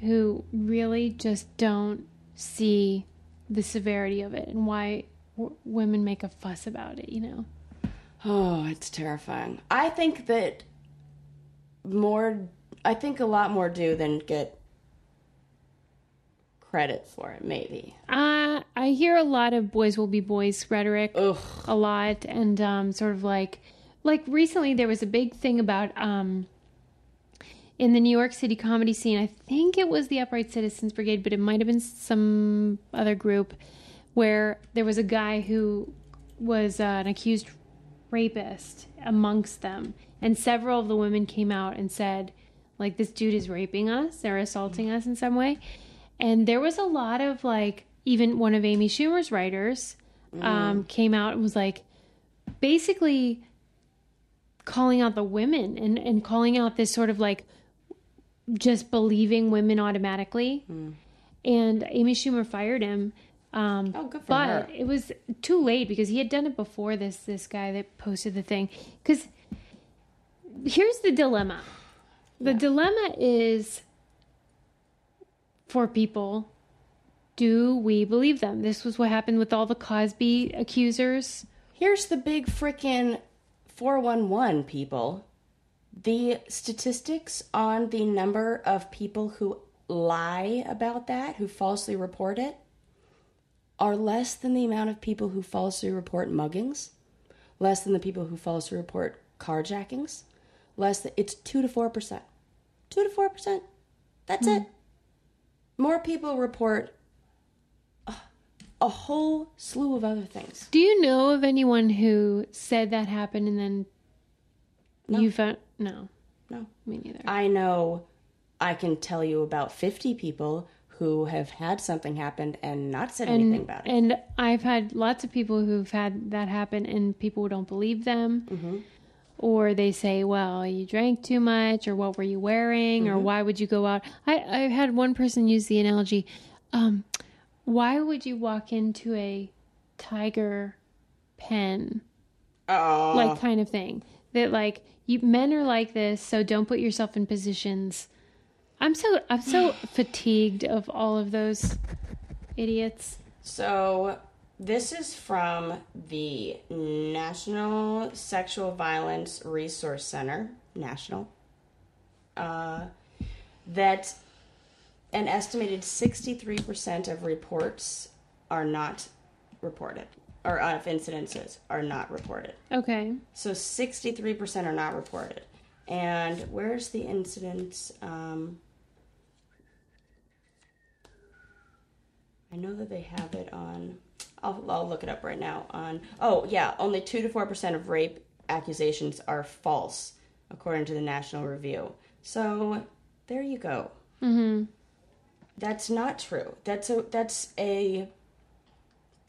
[SPEAKER 1] who really just don't see the severity of it and why w- women make a fuss about it, you know?
[SPEAKER 2] Oh, it's terrifying. I think that more, I think a lot more do than get credit for it, maybe.
[SPEAKER 1] Uh, I hear a lot of boys will be boys rhetoric
[SPEAKER 2] Ugh.
[SPEAKER 1] a lot, and um, sort of like, like recently there was a big thing about um, in the New York City comedy scene. I think it was the Upright Citizens Brigade, but it might have been some other group where there was a guy who was uh, an accused rapist amongst them, and several of the women came out and said, like, this dude is raping us or assaulting us in some way and there was a lot of like even one of amy schumer's writers um, came out and was like basically calling out the women and, and calling out this sort of like just believing women automatically and amy schumer fired him Um,
[SPEAKER 2] Oh, good for
[SPEAKER 1] but
[SPEAKER 2] her.
[SPEAKER 1] it was too late because he had done it before this. This guy that posted the thing. Because here's the dilemma. The dilemma is for people. Do we believe them? This was what happened with all the Cosby accusers.
[SPEAKER 2] Here's the big frickin' 411 people. The statistics on the number of people who lie about that, who falsely report it, are less than the amount of people who falsely report muggings, less than the people who falsely report carjackings, less than it's 2 to 4%. 2 to 4%. That's it. More people report uh, a whole slew of other things.
[SPEAKER 1] Do you know of anyone who said that happened and then you found? No,
[SPEAKER 2] No.
[SPEAKER 1] me neither.
[SPEAKER 2] I know I can tell you about 50 people who have had something happen and not said anything about it.
[SPEAKER 1] And I've had lots of people who've had that happen, and people don't believe them,
[SPEAKER 2] Mm-hmm.
[SPEAKER 1] or they say, "Well, you drank too much," or "What were you wearing?" or
[SPEAKER 2] Mm-hmm.
[SPEAKER 1] "Why would you go out?" I, I had one person use the analogy, um, "Why would you walk into a tiger pen?" Like kind of thing that like you men are like this, so don't put yourself in positions. I'm so I'm so fatigued of all of those idiots.
[SPEAKER 2] So, this is from the National Sexual Violence Resource Center, National, uh, that an estimated 63% of reports are not reported, or of incidences are not reported.
[SPEAKER 1] Okay.
[SPEAKER 2] So 63% are not reported. And where's the incidents? Um, I know that they have it on. I'll, I'll look it up right now. On oh yeah, only two to four percent of rape accusations are false, according to the National Review. So there you go. Mm-hmm. That's not true. That's a that's a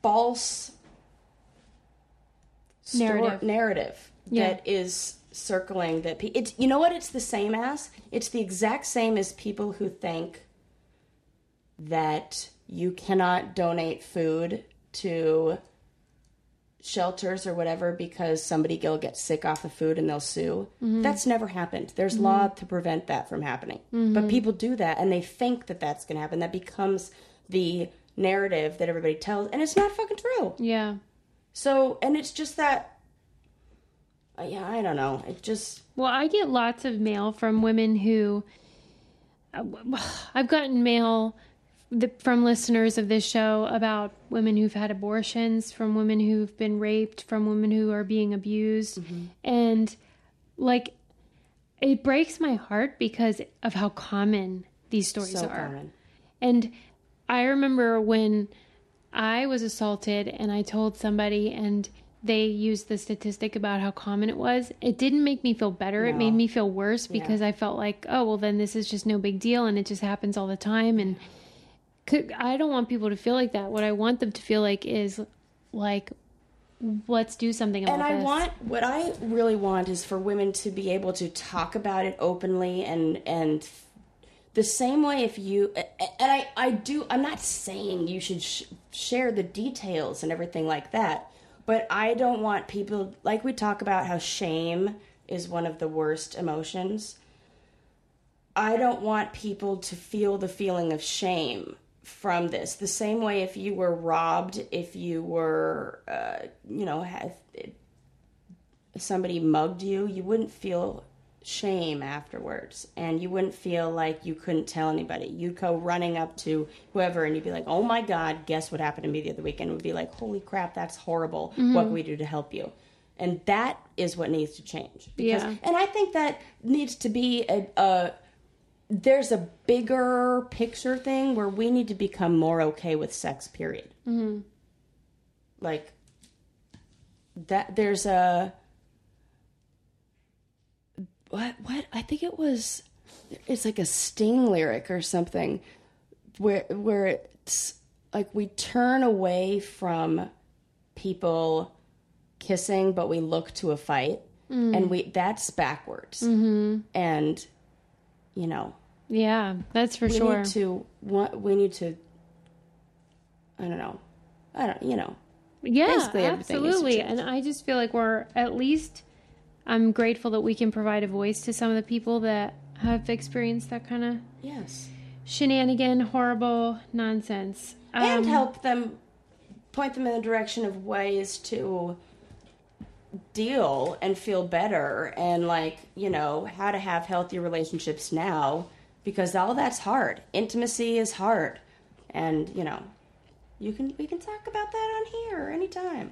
[SPEAKER 2] false stor-
[SPEAKER 1] Narrative.
[SPEAKER 2] narrative
[SPEAKER 1] Yeah.
[SPEAKER 2] that is circling that pe- it's you know what it's the same as it's the exact same as people who think that you cannot donate food to shelters or whatever because somebody will get sick off the food and they'll sue. That's never happened. There's law to prevent that from happening. But people do that and they think that that's going to happen. That becomes the narrative that everybody tells and it's not fucking true.
[SPEAKER 1] Yeah.
[SPEAKER 2] So, and it's just that uh, yeah, I don't know. It just
[SPEAKER 1] Well, I get lots of mail from women who uh, I've gotten mail th- from listeners of this show about women who've had abortions, from women who've been raped, from women who are being abused.
[SPEAKER 2] Mm-hmm.
[SPEAKER 1] And like it breaks my heart because of how common these stories
[SPEAKER 2] so
[SPEAKER 1] are.
[SPEAKER 2] common.
[SPEAKER 1] And I remember when I was assaulted and I told somebody and they used the statistic about how common it was. It didn't make me feel better. It made me feel worse because I felt like, oh, well, then this is just no big deal and it just happens all the time. And could, I don't want people to feel like that. What I want them to feel like is like, let's do something about
[SPEAKER 2] and I
[SPEAKER 1] this.
[SPEAKER 2] want what I really want is for women to be able to talk about it openly and and the same way if you a- a- and I I do I'm not saying you should sh- share the details and everything like that, but I don't want people like we talk about how shame is one of the worst emotions. I don't want people to feel the feeling of shame from this. The same way if you were robbed, if you were, uh, you know, had, if somebody mugged you, you wouldn't feel shame afterwards. And you wouldn't feel like you couldn't tell anybody. You'd go running up to whoever and you'd be like, oh my God, guess what happened to me the other weekend? Would be like, holy crap, that's horrible. What can we do to help you? And that is what needs to change. Because,
[SPEAKER 1] Yeah.
[SPEAKER 2] And I think that needs to be a, a there's a bigger picture thing where we need to become more okay with sex period mm-hmm. like that there's a what what i think it was it's like a sting lyric or something where where it's like we turn away from people kissing but we look to a fight and we that's backwards Mm. mm-hmm. and you know
[SPEAKER 1] Yeah, that's for
[SPEAKER 2] we
[SPEAKER 1] sure.
[SPEAKER 2] need to what we need to i don't know I don't, you know.
[SPEAKER 1] Yeah,
[SPEAKER 2] Basically everything is
[SPEAKER 1] absolutely.
[SPEAKER 2] changed.
[SPEAKER 1] And I just feel like we're at least. I'm grateful that we can provide a voice to some of the people that have experienced that kind of
[SPEAKER 2] Yes.
[SPEAKER 1] shenanigan, horrible nonsense.
[SPEAKER 2] and
[SPEAKER 1] Um,
[SPEAKER 2] help them point them in the direction of ways to deal and feel better and like you know how to have healthy relationships now because all that's hard intimacy is hard and you know you can we can talk about that on here anytime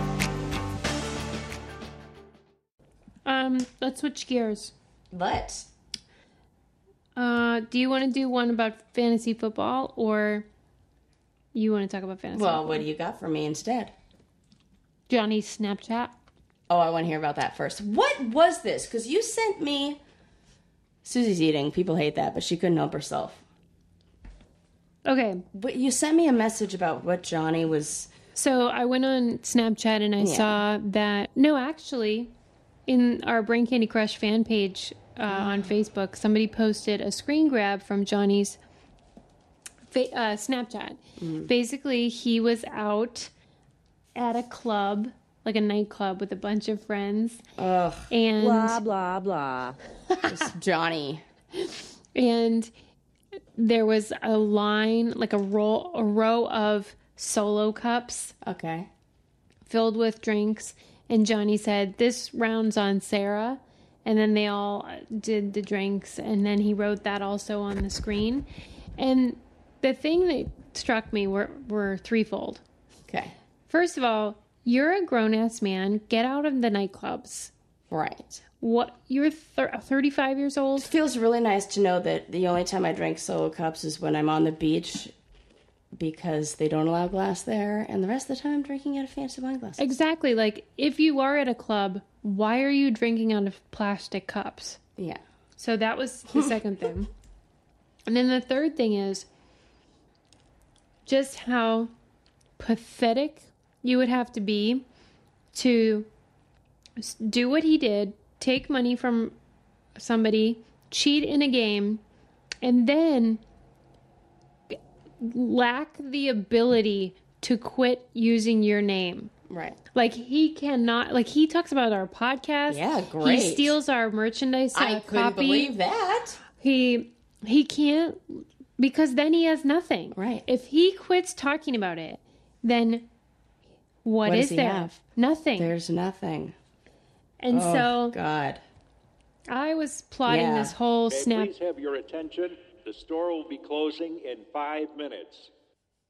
[SPEAKER 1] Um, let's switch gears.
[SPEAKER 2] let's
[SPEAKER 1] Uh, do you want to do one about fantasy football, or you want to talk about fantasy?
[SPEAKER 2] well what do you got for me instead
[SPEAKER 1] Johnny's Snapchat.
[SPEAKER 2] Oh, I want to hear about that first. What was this? Because you sent me. Susie's eating. People hate that, but she couldn't help herself.
[SPEAKER 1] Okay,
[SPEAKER 2] But you sent me a message about what Johnny was.
[SPEAKER 1] so I went on Snapchat and I saw that. No, actually, in our Brain Candy Crush fan page uh,
[SPEAKER 2] Ah.
[SPEAKER 1] on Facebook, somebody posted a screen grab from Johnny's fa- uh, Snapchat.
[SPEAKER 2] Mm-hmm.
[SPEAKER 1] Basically, he was out at a club, like a nightclub, with a bunch of friends. Ugh. And
[SPEAKER 2] blah, blah. Just Johnny.
[SPEAKER 1] and there was a line like a row a row of solo cups
[SPEAKER 2] Okay.
[SPEAKER 1] filled with drinks and Johnny said this rounds on Sarah and then they all did the drinks and then he wrote that also on the screen and the thing that struck me were were threefold
[SPEAKER 2] Okay.
[SPEAKER 1] first of all you're a grown ass man get out of the nightclubs
[SPEAKER 2] Right.
[SPEAKER 1] what you're thir- 35 years old
[SPEAKER 2] It feels really nice to know that the only time I drink solo cups is when I'm on the beach because they don't allow glass there, and the rest of the time I'm drinking out of fancy wine glasses.
[SPEAKER 1] Exactly. Like, if you are at a club, why are you drinking out of plastic cups?
[SPEAKER 2] Yeah.
[SPEAKER 1] So that was the second thing. And then the third thing is just how pathetic you would have to be to s- do what he did, take money from somebody, cheat in a game, and then lack the ability to quit using your name.
[SPEAKER 2] Right.
[SPEAKER 1] Like he cannot. Like he talks about our podcast.
[SPEAKER 2] Yeah, great.
[SPEAKER 1] He steals our merchandise.
[SPEAKER 2] I
[SPEAKER 1] uh,
[SPEAKER 2] couldn't
[SPEAKER 1] copy.
[SPEAKER 2] believe that.
[SPEAKER 1] He he can't because then he has nothing.
[SPEAKER 2] Right.
[SPEAKER 1] If he quits talking about it, then what
[SPEAKER 2] What does
[SPEAKER 1] is
[SPEAKER 2] he
[SPEAKER 1] there?
[SPEAKER 2] have?
[SPEAKER 1] Nothing.
[SPEAKER 2] There's nothing. Oh,
[SPEAKER 1] and so
[SPEAKER 2] God.
[SPEAKER 1] I was plotting
[SPEAKER 2] Yeah.
[SPEAKER 1] this whole
[SPEAKER 5] May I
[SPEAKER 1] snap.
[SPEAKER 5] Please have your attention. The store will be closing in five minutes.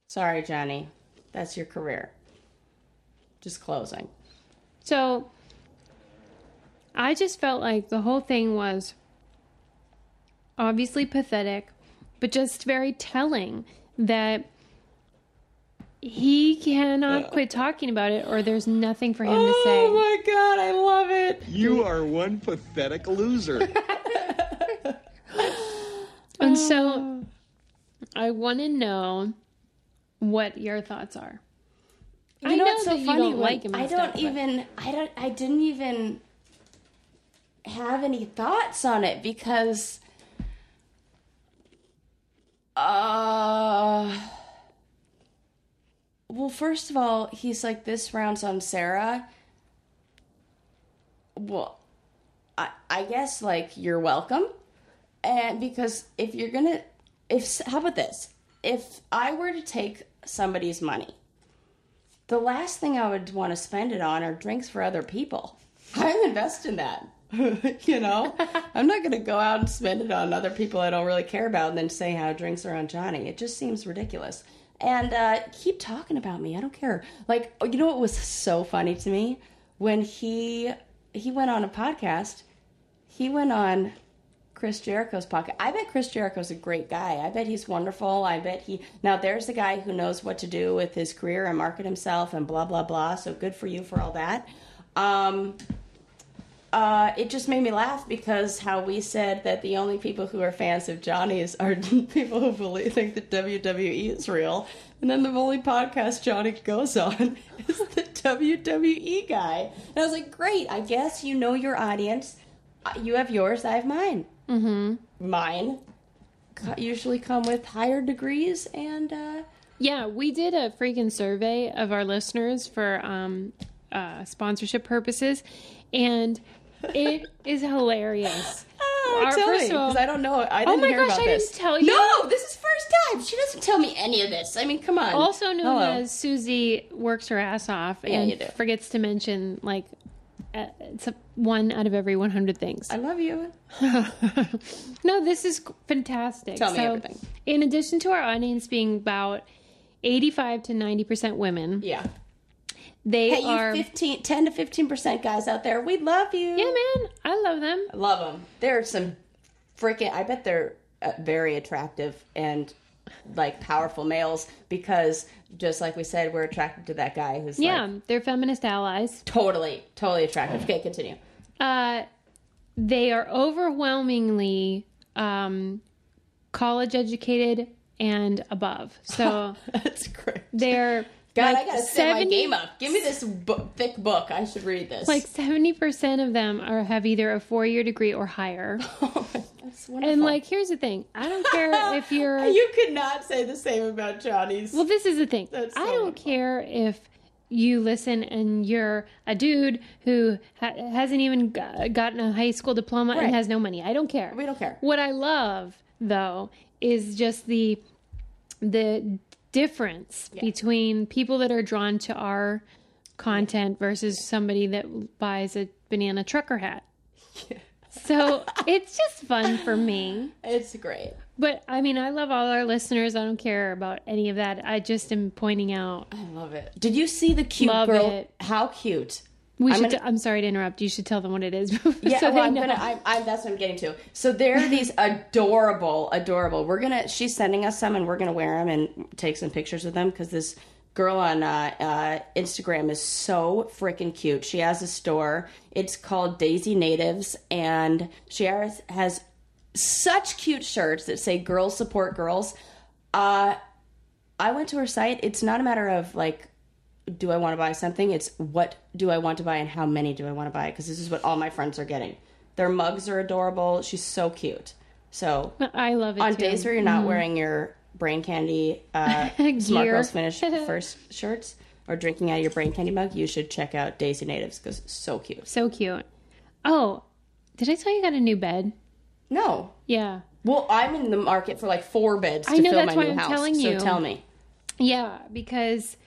[SPEAKER 2] Sorry, Johnny. That's your career. Just closing.
[SPEAKER 1] So I just felt like the whole thing was obviously pathetic, but just very telling that he cannot quit talking about it or there's nothing for him to say.
[SPEAKER 2] Oh my god, I love it.
[SPEAKER 6] You are one pathetic loser.
[SPEAKER 1] And so
[SPEAKER 2] Ah.
[SPEAKER 1] I want to know what your thoughts are. I know that you don't
[SPEAKER 2] when-
[SPEAKER 1] like him and
[SPEAKER 2] I
[SPEAKER 1] stuff,
[SPEAKER 2] don't
[SPEAKER 1] but-
[SPEAKER 2] even I don't I didn't even have any thoughts on it because uh well first of all he's like this rounds on sarah well i i guess like you're welcome and because if you're gonna if how about this if i were to take somebody's money the last thing i would want to spend it on are drinks for other people i'm investing that you know i'm not gonna go out and spend it on other people i don't really care about and then say how drinks are on johnny it just seems ridiculous and uh, keep talking about me i don't care like oh, you know what was so funny to me when he he went on a podcast he went on Chris Jericho's pocket. I bet Chris Jericho's a great guy. I bet he's wonderful. I bet he. Now, there's the guy who knows what to do with his career and market himself and blah, blah, blah. So good for you for all that. Um, uh, it just made me laugh because how we said that the only people who are fans of Johnny's are people who believe, think that WWE E is real. And then the only podcast Johnny goes on is the WWE guy. And I was like, great, I guess you know your audience. Uh, You have yours, I have mine. Mm-hmm. Mine co- usually come with higher degrees and uh,
[SPEAKER 1] Yeah, we did a freaking survey of our listeners for um, uh, sponsorship purposes, and it is hilarious.
[SPEAKER 2] Oh,
[SPEAKER 1] Our-
[SPEAKER 2] tell me,
[SPEAKER 1] first of all-
[SPEAKER 2] 'cause I don't know. I
[SPEAKER 1] Oh
[SPEAKER 2] didn't
[SPEAKER 1] my
[SPEAKER 2] hear
[SPEAKER 1] gosh,
[SPEAKER 2] about
[SPEAKER 1] I
[SPEAKER 2] this.
[SPEAKER 1] didn't tell you.
[SPEAKER 2] No, this is first time. She doesn't tell me any of this. I mean, come on.
[SPEAKER 1] Also known
[SPEAKER 2] Hello.
[SPEAKER 1] as Susie works her ass off
[SPEAKER 2] Yeah,
[SPEAKER 1] and
[SPEAKER 2] you do.
[SPEAKER 1] forgets to mention like uh, it's a one out of every 100 things.
[SPEAKER 2] I love you.
[SPEAKER 1] No, this is fantastic.
[SPEAKER 2] Tell me everything.
[SPEAKER 1] In addition to our audience being about 85 to 90% women,
[SPEAKER 2] Yeah.
[SPEAKER 1] they
[SPEAKER 2] Hey,
[SPEAKER 1] are.
[SPEAKER 2] you 15, 10 to fifteen percent guys out there. We love you.
[SPEAKER 1] yeah, man, I love them.
[SPEAKER 2] Love them. They're some freaking. I bet they're uh, very attractive and like powerful males because just like we said, we're attracted to that guy who's
[SPEAKER 1] Yeah,
[SPEAKER 2] like,
[SPEAKER 1] they're feminist allies.
[SPEAKER 2] totally, totally attractive. Okay, continue.
[SPEAKER 1] Uh, they are overwhelmingly um, college educated and above. So
[SPEAKER 2] That's great.
[SPEAKER 1] they're.
[SPEAKER 2] God, I
[SPEAKER 1] like
[SPEAKER 2] gotta set my
[SPEAKER 1] 70
[SPEAKER 2] game up. Give me this bu- thick book. I should read this.
[SPEAKER 1] Like seventy percent of them are have either a four year degree or higher.
[SPEAKER 2] Oh, That's wonderful.
[SPEAKER 1] And like, here's the thing: I don't care if you're
[SPEAKER 2] you could not say the same about Johnny's.
[SPEAKER 1] Well, this is the thing.
[SPEAKER 2] That's so
[SPEAKER 1] I don't
[SPEAKER 2] wonderful.
[SPEAKER 1] care if you listen and you're a dude who ha- hasn't even g- gotten a high school diploma
[SPEAKER 2] Right.
[SPEAKER 1] and has no money. I don't care.
[SPEAKER 2] We don't care.
[SPEAKER 1] What I love though is just the the difference between people that are drawn to our content versus somebody that buys a banana trucker hat. So it's just fun for me.
[SPEAKER 2] it's great.
[SPEAKER 1] But I mean, I love all our listeners. I don't care about any of that. I just am pointing out.
[SPEAKER 2] I love it. Did you see the cute
[SPEAKER 1] Love
[SPEAKER 2] girl?
[SPEAKER 1] it.
[SPEAKER 2] How cute.
[SPEAKER 1] We
[SPEAKER 2] I'm
[SPEAKER 1] should.
[SPEAKER 2] gonna-
[SPEAKER 1] I'm sorry to interrupt. You should tell them what it is.
[SPEAKER 2] Yeah,
[SPEAKER 1] so
[SPEAKER 2] well,
[SPEAKER 1] they
[SPEAKER 2] I'm
[SPEAKER 1] know.
[SPEAKER 2] gonna. I'm, I'm, that's what I'm getting to. So there are these adorable, adorable. We're gonna. She's sending us some, and we're gonna wear them and take some pictures of them because this girl on uh, uh, Instagram is so freaking cute. She has a store. It's called Daisy Natives, and she has, has such cute shirts that say "Girls Support Girls." Uh, I went to her site. It's not a matter of like do I want to buy something? It's what do I want to buy and how many do I want to buy? Because this is what all my friends are getting. Their mugs are adorable. She's so cute. So
[SPEAKER 1] I love it.
[SPEAKER 2] on
[SPEAKER 1] too.
[SPEAKER 2] days where you're not wearing your brain candy, uh, smart
[SPEAKER 1] Mm-hmm. Gear.
[SPEAKER 2] girls finish first shirts or drinking out of your brain candy mug, you should check out Daisy Natives because so cute.
[SPEAKER 1] so cute. Oh, did I tell you I got a new bed?
[SPEAKER 2] No,
[SPEAKER 1] Yeah,
[SPEAKER 2] well, I'm in the market for like four beds to
[SPEAKER 1] I know,
[SPEAKER 2] fill
[SPEAKER 1] that's
[SPEAKER 2] my
[SPEAKER 1] why
[SPEAKER 2] new
[SPEAKER 1] I'm
[SPEAKER 2] house.
[SPEAKER 1] telling you.
[SPEAKER 2] So tell me,
[SPEAKER 1] yeah. Because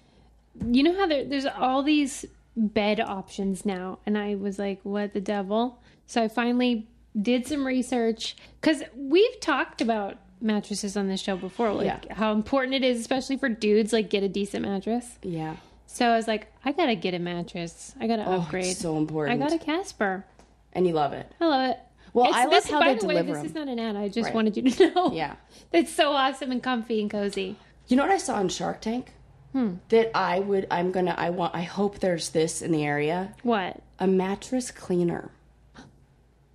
[SPEAKER 1] you know how there, there's all these bed options now, and I was like, "What the devil?" So I finally did some research because we've talked about mattresses on this show before, like how important it is, especially for dudes, like get a decent mattress.
[SPEAKER 2] yeah,
[SPEAKER 1] So I was like, I gotta get a mattress. I gotta upgrade.
[SPEAKER 2] Oh, so important.
[SPEAKER 1] I got a Casper.
[SPEAKER 2] and you love it.
[SPEAKER 1] I love it.
[SPEAKER 2] Well, I love
[SPEAKER 1] this,
[SPEAKER 2] how
[SPEAKER 1] by
[SPEAKER 2] they
[SPEAKER 1] the way,
[SPEAKER 2] deliver
[SPEAKER 1] this
[SPEAKER 2] 'em.
[SPEAKER 1] is not an ad. I just
[SPEAKER 2] Right.
[SPEAKER 1] wanted you to know.
[SPEAKER 2] Yeah.
[SPEAKER 1] that's so awesome and comfy and cozy.
[SPEAKER 2] You know what I saw in Shark Tank?
[SPEAKER 1] Hmm.
[SPEAKER 2] That I would, I'm gonna, I want, I hope there's this in the area
[SPEAKER 1] What?
[SPEAKER 2] a mattress cleaner.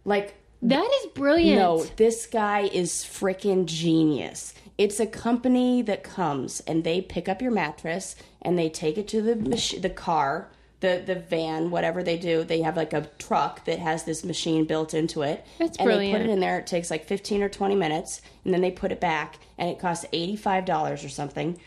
[SPEAKER 2] Like,
[SPEAKER 1] That is brilliant.
[SPEAKER 2] no, this guy is freaking genius. It's a company that comes and they pick up your mattress and they take it to the mach- the car, the the van, whatever they do. They have like a truck that has this machine built into it.
[SPEAKER 1] That's
[SPEAKER 2] and they put
[SPEAKER 1] brilliant.
[SPEAKER 2] it in there. It takes like 15 or 20 minutes and then they put it back and it costs $85 or something.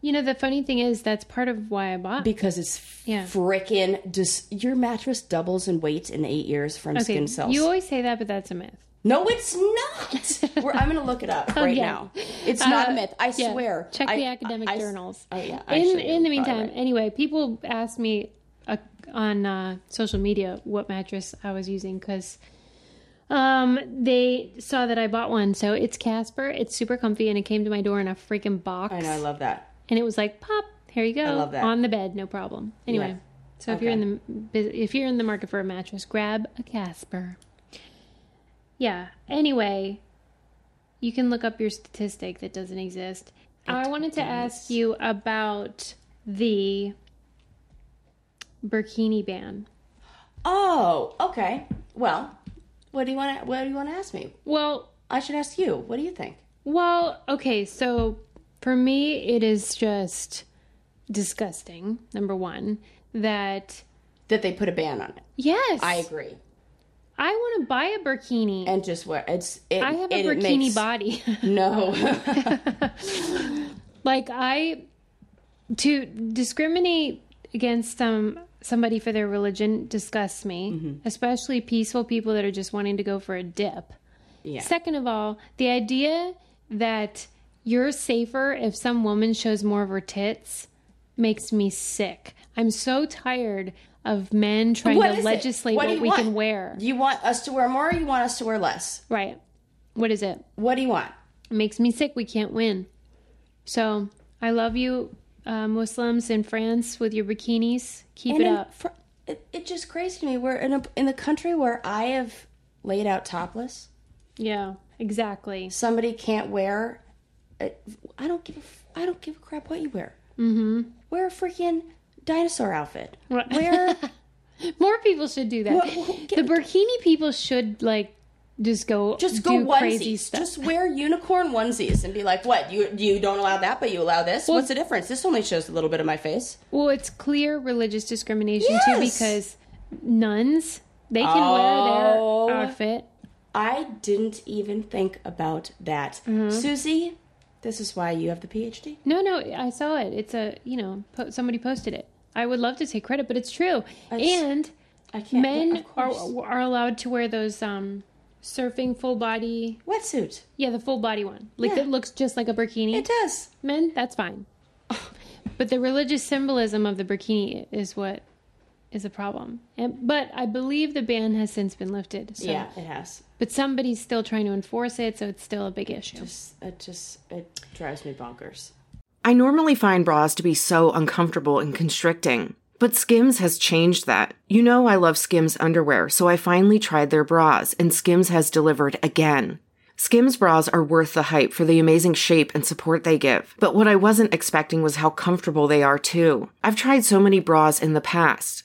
[SPEAKER 1] You know the funny thing is that's part of why I bought.
[SPEAKER 2] because it's
[SPEAKER 1] Yeah.
[SPEAKER 2] frickin' dis- your mattress doubles in weight in eight years from
[SPEAKER 1] okay,
[SPEAKER 2] skin cells.
[SPEAKER 1] you always say that, but that's a myth.
[SPEAKER 2] no, it's not. We're, I'm gonna look it up right
[SPEAKER 1] Oh, yeah.
[SPEAKER 2] now. It's not
[SPEAKER 1] Uh,
[SPEAKER 2] a myth. I
[SPEAKER 1] yeah.
[SPEAKER 2] swear.
[SPEAKER 1] Check
[SPEAKER 2] I-
[SPEAKER 1] the academic
[SPEAKER 2] I- I-
[SPEAKER 1] journals.
[SPEAKER 2] Oh yeah.
[SPEAKER 1] in
[SPEAKER 2] actually,
[SPEAKER 1] in the
[SPEAKER 2] you're probably
[SPEAKER 1] meantime,
[SPEAKER 2] right.
[SPEAKER 1] anyway, people asked me uh, on uh, social media what mattress I was using because um, they saw that I bought one. So it's Casper. It's super comfy, and it came to my door in a freaking box,
[SPEAKER 2] I know. I love that.
[SPEAKER 1] and it was like pop. Here you go.
[SPEAKER 2] love that.
[SPEAKER 1] on the bed, no problem. Anyway. So if you're in the if you're in the market for a mattress, grab a Casper. Yeah. Anyway, you can look up your statistic that doesn't exist. I wanted to ask you about the burkini ban.
[SPEAKER 2] Oh, okay. Well, what do you want to what do you want to ask me?
[SPEAKER 1] Well,
[SPEAKER 2] I should ask you. What do you think?
[SPEAKER 1] well, okay. So for me, it is just disgusting. Number one, that
[SPEAKER 2] That they put a ban on it.
[SPEAKER 1] yes,
[SPEAKER 2] I agree.
[SPEAKER 1] I want to buy a burkini.
[SPEAKER 2] And just wear it's it,
[SPEAKER 1] I have a
[SPEAKER 2] it
[SPEAKER 1] burkini
[SPEAKER 2] makes-
[SPEAKER 1] body.
[SPEAKER 2] No.
[SPEAKER 1] like i to discriminate against um somebody for their religion disgusts me
[SPEAKER 2] Mm-hmm.
[SPEAKER 1] especially peaceful people that are just wanting to go for a dip second of all the idea that you're safer if some woman shows more of her tits makes me sick i'm so tired of men trying
[SPEAKER 2] What
[SPEAKER 1] to
[SPEAKER 2] is it?
[SPEAKER 1] legislate what,
[SPEAKER 2] do you
[SPEAKER 1] we can
[SPEAKER 2] want?
[SPEAKER 1] wear
[SPEAKER 2] Do you want us to wear more or you want us to wear less?
[SPEAKER 1] right what is it
[SPEAKER 2] What do you want?
[SPEAKER 1] it makes me sick. We can't win. So I love you, uh, Muslims in France, with your bikinis. Keep it
[SPEAKER 2] in
[SPEAKER 1] up.
[SPEAKER 2] fr- it, it just crazy to me. We're in a in the country where I have laid out topless.
[SPEAKER 1] Yeah, exactly.
[SPEAKER 2] Somebody can't wear. I I don't give. a f- I don't give a crap what you wear. Mm-hmm. Wear a freaking dinosaur outfit.
[SPEAKER 1] Right.
[SPEAKER 2] Wear
[SPEAKER 1] More people should do that.
[SPEAKER 2] Well, well,
[SPEAKER 1] the
[SPEAKER 2] get-
[SPEAKER 1] burkini people should like just go
[SPEAKER 2] just go
[SPEAKER 1] do
[SPEAKER 2] onesies.
[SPEAKER 1] crazy stuff.
[SPEAKER 2] Just wear unicorn onesies and be like, what you you don't allow that, but you allow this. What's the difference? This only shows a little bit of my face.
[SPEAKER 1] Well, it's clear religious discrimination too
[SPEAKER 2] Yes!
[SPEAKER 1] because nuns they can
[SPEAKER 2] Oh.
[SPEAKER 1] wear their outfit.
[SPEAKER 2] I didn't even think about that, Susie. This is why you have the PhD.
[SPEAKER 1] No, no, I saw it. It's a you know po- somebody posted it. I would love to take credit, but it's true. and
[SPEAKER 2] I can't.
[SPEAKER 1] men
[SPEAKER 2] of
[SPEAKER 1] are
[SPEAKER 2] course.
[SPEAKER 1] are allowed to wear those um surfing full body
[SPEAKER 2] wetsuit.
[SPEAKER 1] yeah the full body one like
[SPEAKER 2] Yeah.
[SPEAKER 1] that looks just like a burkini
[SPEAKER 2] It does.
[SPEAKER 1] men that's fine but the religious symbolism of the burkini is what is a problem and but i believe the ban has since been lifted so.
[SPEAKER 2] Yeah, it has.
[SPEAKER 1] but somebody's still trying to enforce it so it's still a big issue
[SPEAKER 2] It just it drives me bonkers.
[SPEAKER 7] I normally find bras to be so uncomfortable and constricting, but Skims has changed that. You know, I love Skims underwear, so I finally tried their bras, and Skims has delivered again. Skims bras are worth the hype for the amazing shape and support they give, but what I wasn't expecting was how comfortable they are too. I've tried so many bras in the past,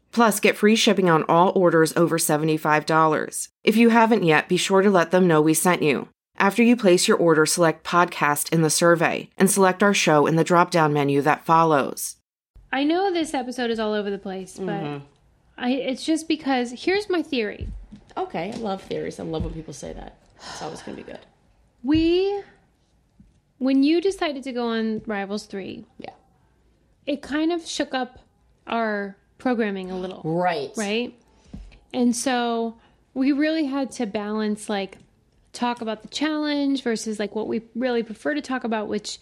[SPEAKER 7] Plus, get free shipping on all orders over $75. If you haven't yet, be sure to let them know we sent you. After you place your order, select podcast in the survey and select our show in the drop down menu that follows.
[SPEAKER 1] I know this episode is all over the place, but
[SPEAKER 2] Mm-hmm.
[SPEAKER 1] I, it's just because here's my theory.
[SPEAKER 2] Okay, I love theories. I love when people say that. It's always gonna be good.
[SPEAKER 1] We, when you decided to go on Rivals 3,
[SPEAKER 2] Yeah.
[SPEAKER 1] it kind of shook up our programming a little,
[SPEAKER 2] Right.
[SPEAKER 1] right? And so we really had to balance like talk about the challenge versus like what we really prefer to talk about, which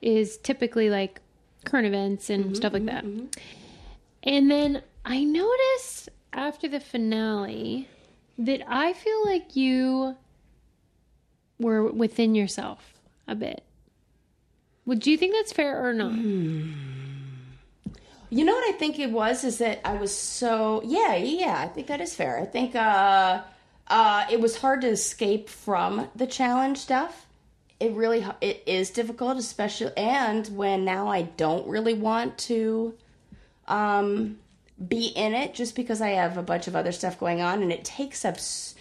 [SPEAKER 1] is typically like current events and
[SPEAKER 2] Mm-hmm,
[SPEAKER 1] stuff like that. And then I noticed after the finale that I feel like you were within yourself a bit. Would you think that's fair or not?
[SPEAKER 2] Mm-hmm. You know what I think it was is that I was so yeah yeah I think that is fair. I think uh uh it was hard to escape from the challenge stuff. It really it is difficult, especially and when now I don't really want to um be in it just because I have a bunch of other stuff going on and it takes up s-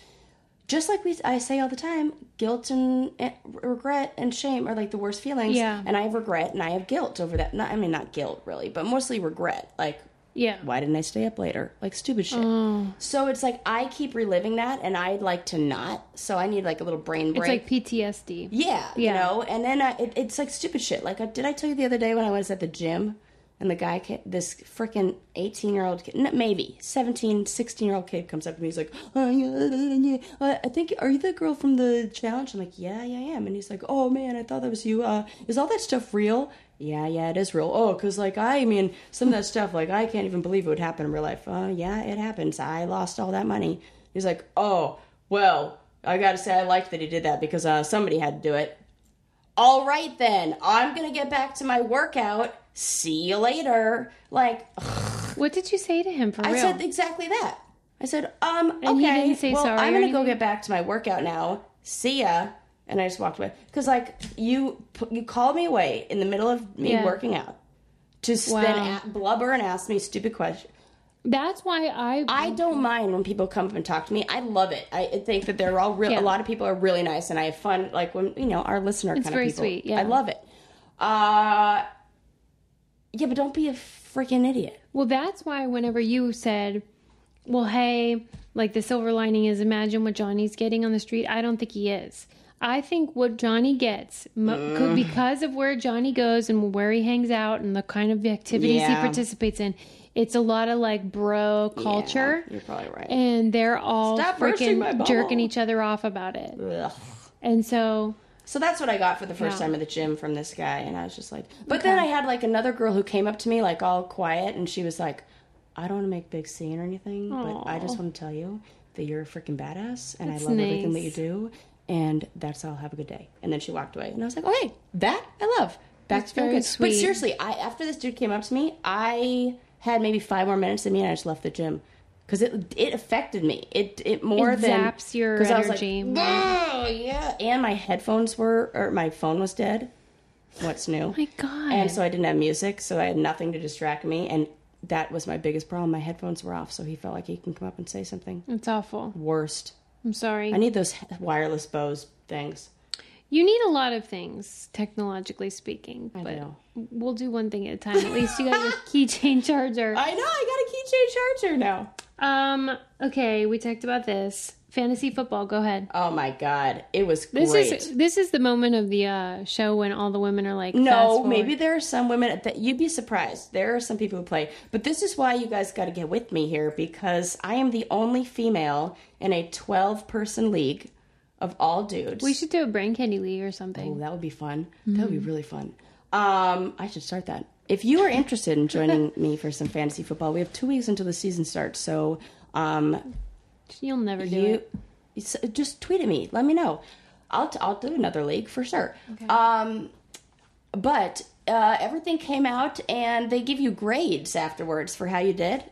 [SPEAKER 2] just like we I say all the time, guilt and and regret and shame are like the worst feelings.
[SPEAKER 1] Yeah.
[SPEAKER 2] And I have regret and I have guilt over that. Not, I mean, not guilt really, but mostly regret. Like,
[SPEAKER 1] Yeah.
[SPEAKER 2] why didn't I stay up later? Like stupid shit.
[SPEAKER 1] Oh.
[SPEAKER 2] So it's like I keep reliving that, and I'd like to not. So I need like a little brain
[SPEAKER 1] It's
[SPEAKER 2] break.
[SPEAKER 1] like PTSD.
[SPEAKER 2] Yeah,
[SPEAKER 1] Yeah.
[SPEAKER 2] you know, and then I, it, it's like stupid shit. Like, I, did I tell you the other day when I was at the gym And the guy, ca- this freaking 18 year old kid, no, maybe 17, 16 year old kid comes up to me. He's like, "Oh, yeah, yeah, yeah. Uh, I think, are you the girl from the challenge? I'm like, yeah, yeah, I am. And he's like, oh man, I thought that was you. Uh, is all that stuff real? Yeah, yeah, it is real. Oh, because, like, I mean, some of that stuff, like, I can't even believe it would happen in real life. Uh, yeah, it happens. I lost all that money. He's like, oh, well, I gotta say, I like that he did that because uh, somebody had to do it. All right, then, I'm gonna get back to my workout. See you later. Like,
[SPEAKER 1] What did you say to him for
[SPEAKER 2] I
[SPEAKER 1] real?
[SPEAKER 2] said exactly that. I said, um,
[SPEAKER 1] And he
[SPEAKER 2] okay.
[SPEAKER 1] didn't say
[SPEAKER 2] well,
[SPEAKER 1] sorry
[SPEAKER 2] I'm
[SPEAKER 1] or
[SPEAKER 2] gonna go
[SPEAKER 1] anything?
[SPEAKER 2] get back to my workout now. See ya. And I just walked away because, like, you pu- you called me away in the middle of me
[SPEAKER 1] Yeah.
[SPEAKER 2] working out to s-
[SPEAKER 1] Wow.
[SPEAKER 2] then a- blubber and ask me stupid questions.
[SPEAKER 1] That's why I.
[SPEAKER 2] I don't mind when people come up and talk to me. I love it. I think that they're all real.
[SPEAKER 1] Yeah.
[SPEAKER 2] A lot of people are really nice, and I have fun. Like when you know our listener
[SPEAKER 1] It's
[SPEAKER 2] kind
[SPEAKER 1] very
[SPEAKER 2] of people.
[SPEAKER 1] sweet, yeah.
[SPEAKER 2] I love it. Uh, yeah, but don't be a freaking idiot.
[SPEAKER 1] Well, that's why whenever you said, well, hey, like the silver lining is imagine what Johnny's getting on the street, I don't think he is. I think what Johnny gets,
[SPEAKER 2] Uh.
[SPEAKER 1] mo- could- because of where Johnny goes and where he hangs out and the kind of activities
[SPEAKER 2] Yeah.
[SPEAKER 1] he participates in, it's a lot of like bro culture.
[SPEAKER 2] You're probably right.
[SPEAKER 1] And they're all
[SPEAKER 2] Stop bursting my
[SPEAKER 1] freaking
[SPEAKER 2] bubble.
[SPEAKER 1] jerking each other off about it.
[SPEAKER 2] Ugh.
[SPEAKER 1] And so,
[SPEAKER 2] So that's what I got for the first
[SPEAKER 1] Yeah.
[SPEAKER 2] time at the gym from this guy, and I was just like. But then I had like another girl who came up to me like all quiet, and she was like, "I don't want to make a big scene or anything, but I just want to tell you that you're a freaking badass, and I love everything that you
[SPEAKER 1] nice.
[SPEAKER 2] do, and that's all. Have a good day." And then she walked away, and I was like, "Oh hey, that I love. Back
[SPEAKER 1] That's
[SPEAKER 2] to feeling
[SPEAKER 1] very
[SPEAKER 2] good."
[SPEAKER 1] sweet.
[SPEAKER 2] But seriously, I after this dude came up to me, I had maybe five more minutes in me, and I just left the gym. Because it it affected me. It it more
[SPEAKER 1] It
[SPEAKER 2] than
[SPEAKER 1] zaps your
[SPEAKER 2] 'cause I was like,
[SPEAKER 1] energy.
[SPEAKER 2] Oh yeah, and my headphones were, or my phone was dead. What's new?
[SPEAKER 1] Oh my God.
[SPEAKER 2] and so I didn't have music, so I had nothing to distract me, and that was my biggest problem. My headphones were off, so he felt like he can come up and say something.
[SPEAKER 1] it's awful.
[SPEAKER 2] Worst.
[SPEAKER 1] I'm sorry.
[SPEAKER 2] I need those he- wireless Bose things.
[SPEAKER 1] You need a lot of things, technologically speaking.
[SPEAKER 2] I
[SPEAKER 1] but
[SPEAKER 2] know.
[SPEAKER 1] we'll do one thing at a time. At least you got your keychain charger.
[SPEAKER 2] I know. I got a keychain charger now.
[SPEAKER 1] Um. Okay, we talked about this fantasy football. Go ahead.
[SPEAKER 2] Oh my god, it was
[SPEAKER 1] This
[SPEAKER 2] great.
[SPEAKER 1] is this is the moment of the uh, show when all the women are like, fast
[SPEAKER 2] No,
[SPEAKER 1] forward.
[SPEAKER 2] maybe there are some women that you'd be surprised. There are some people who play, but this is why you guys got to get with me here because I am the only female in a 12 person league of all dudes.
[SPEAKER 1] we should Mm. do a brain candy league or something.
[SPEAKER 2] Oh, that would be fun. That would be really fun. Um, I should start that. If you are interested in joining me for some fantasy football, we have two weeks until the season starts. So, um,
[SPEAKER 1] You'll never do
[SPEAKER 2] you
[SPEAKER 1] it.
[SPEAKER 2] it's, just tweet at me. Let me know. I'll t- I'll do another league for sure. Um, but uh, everything came out, and they give you grades afterwards for how you did.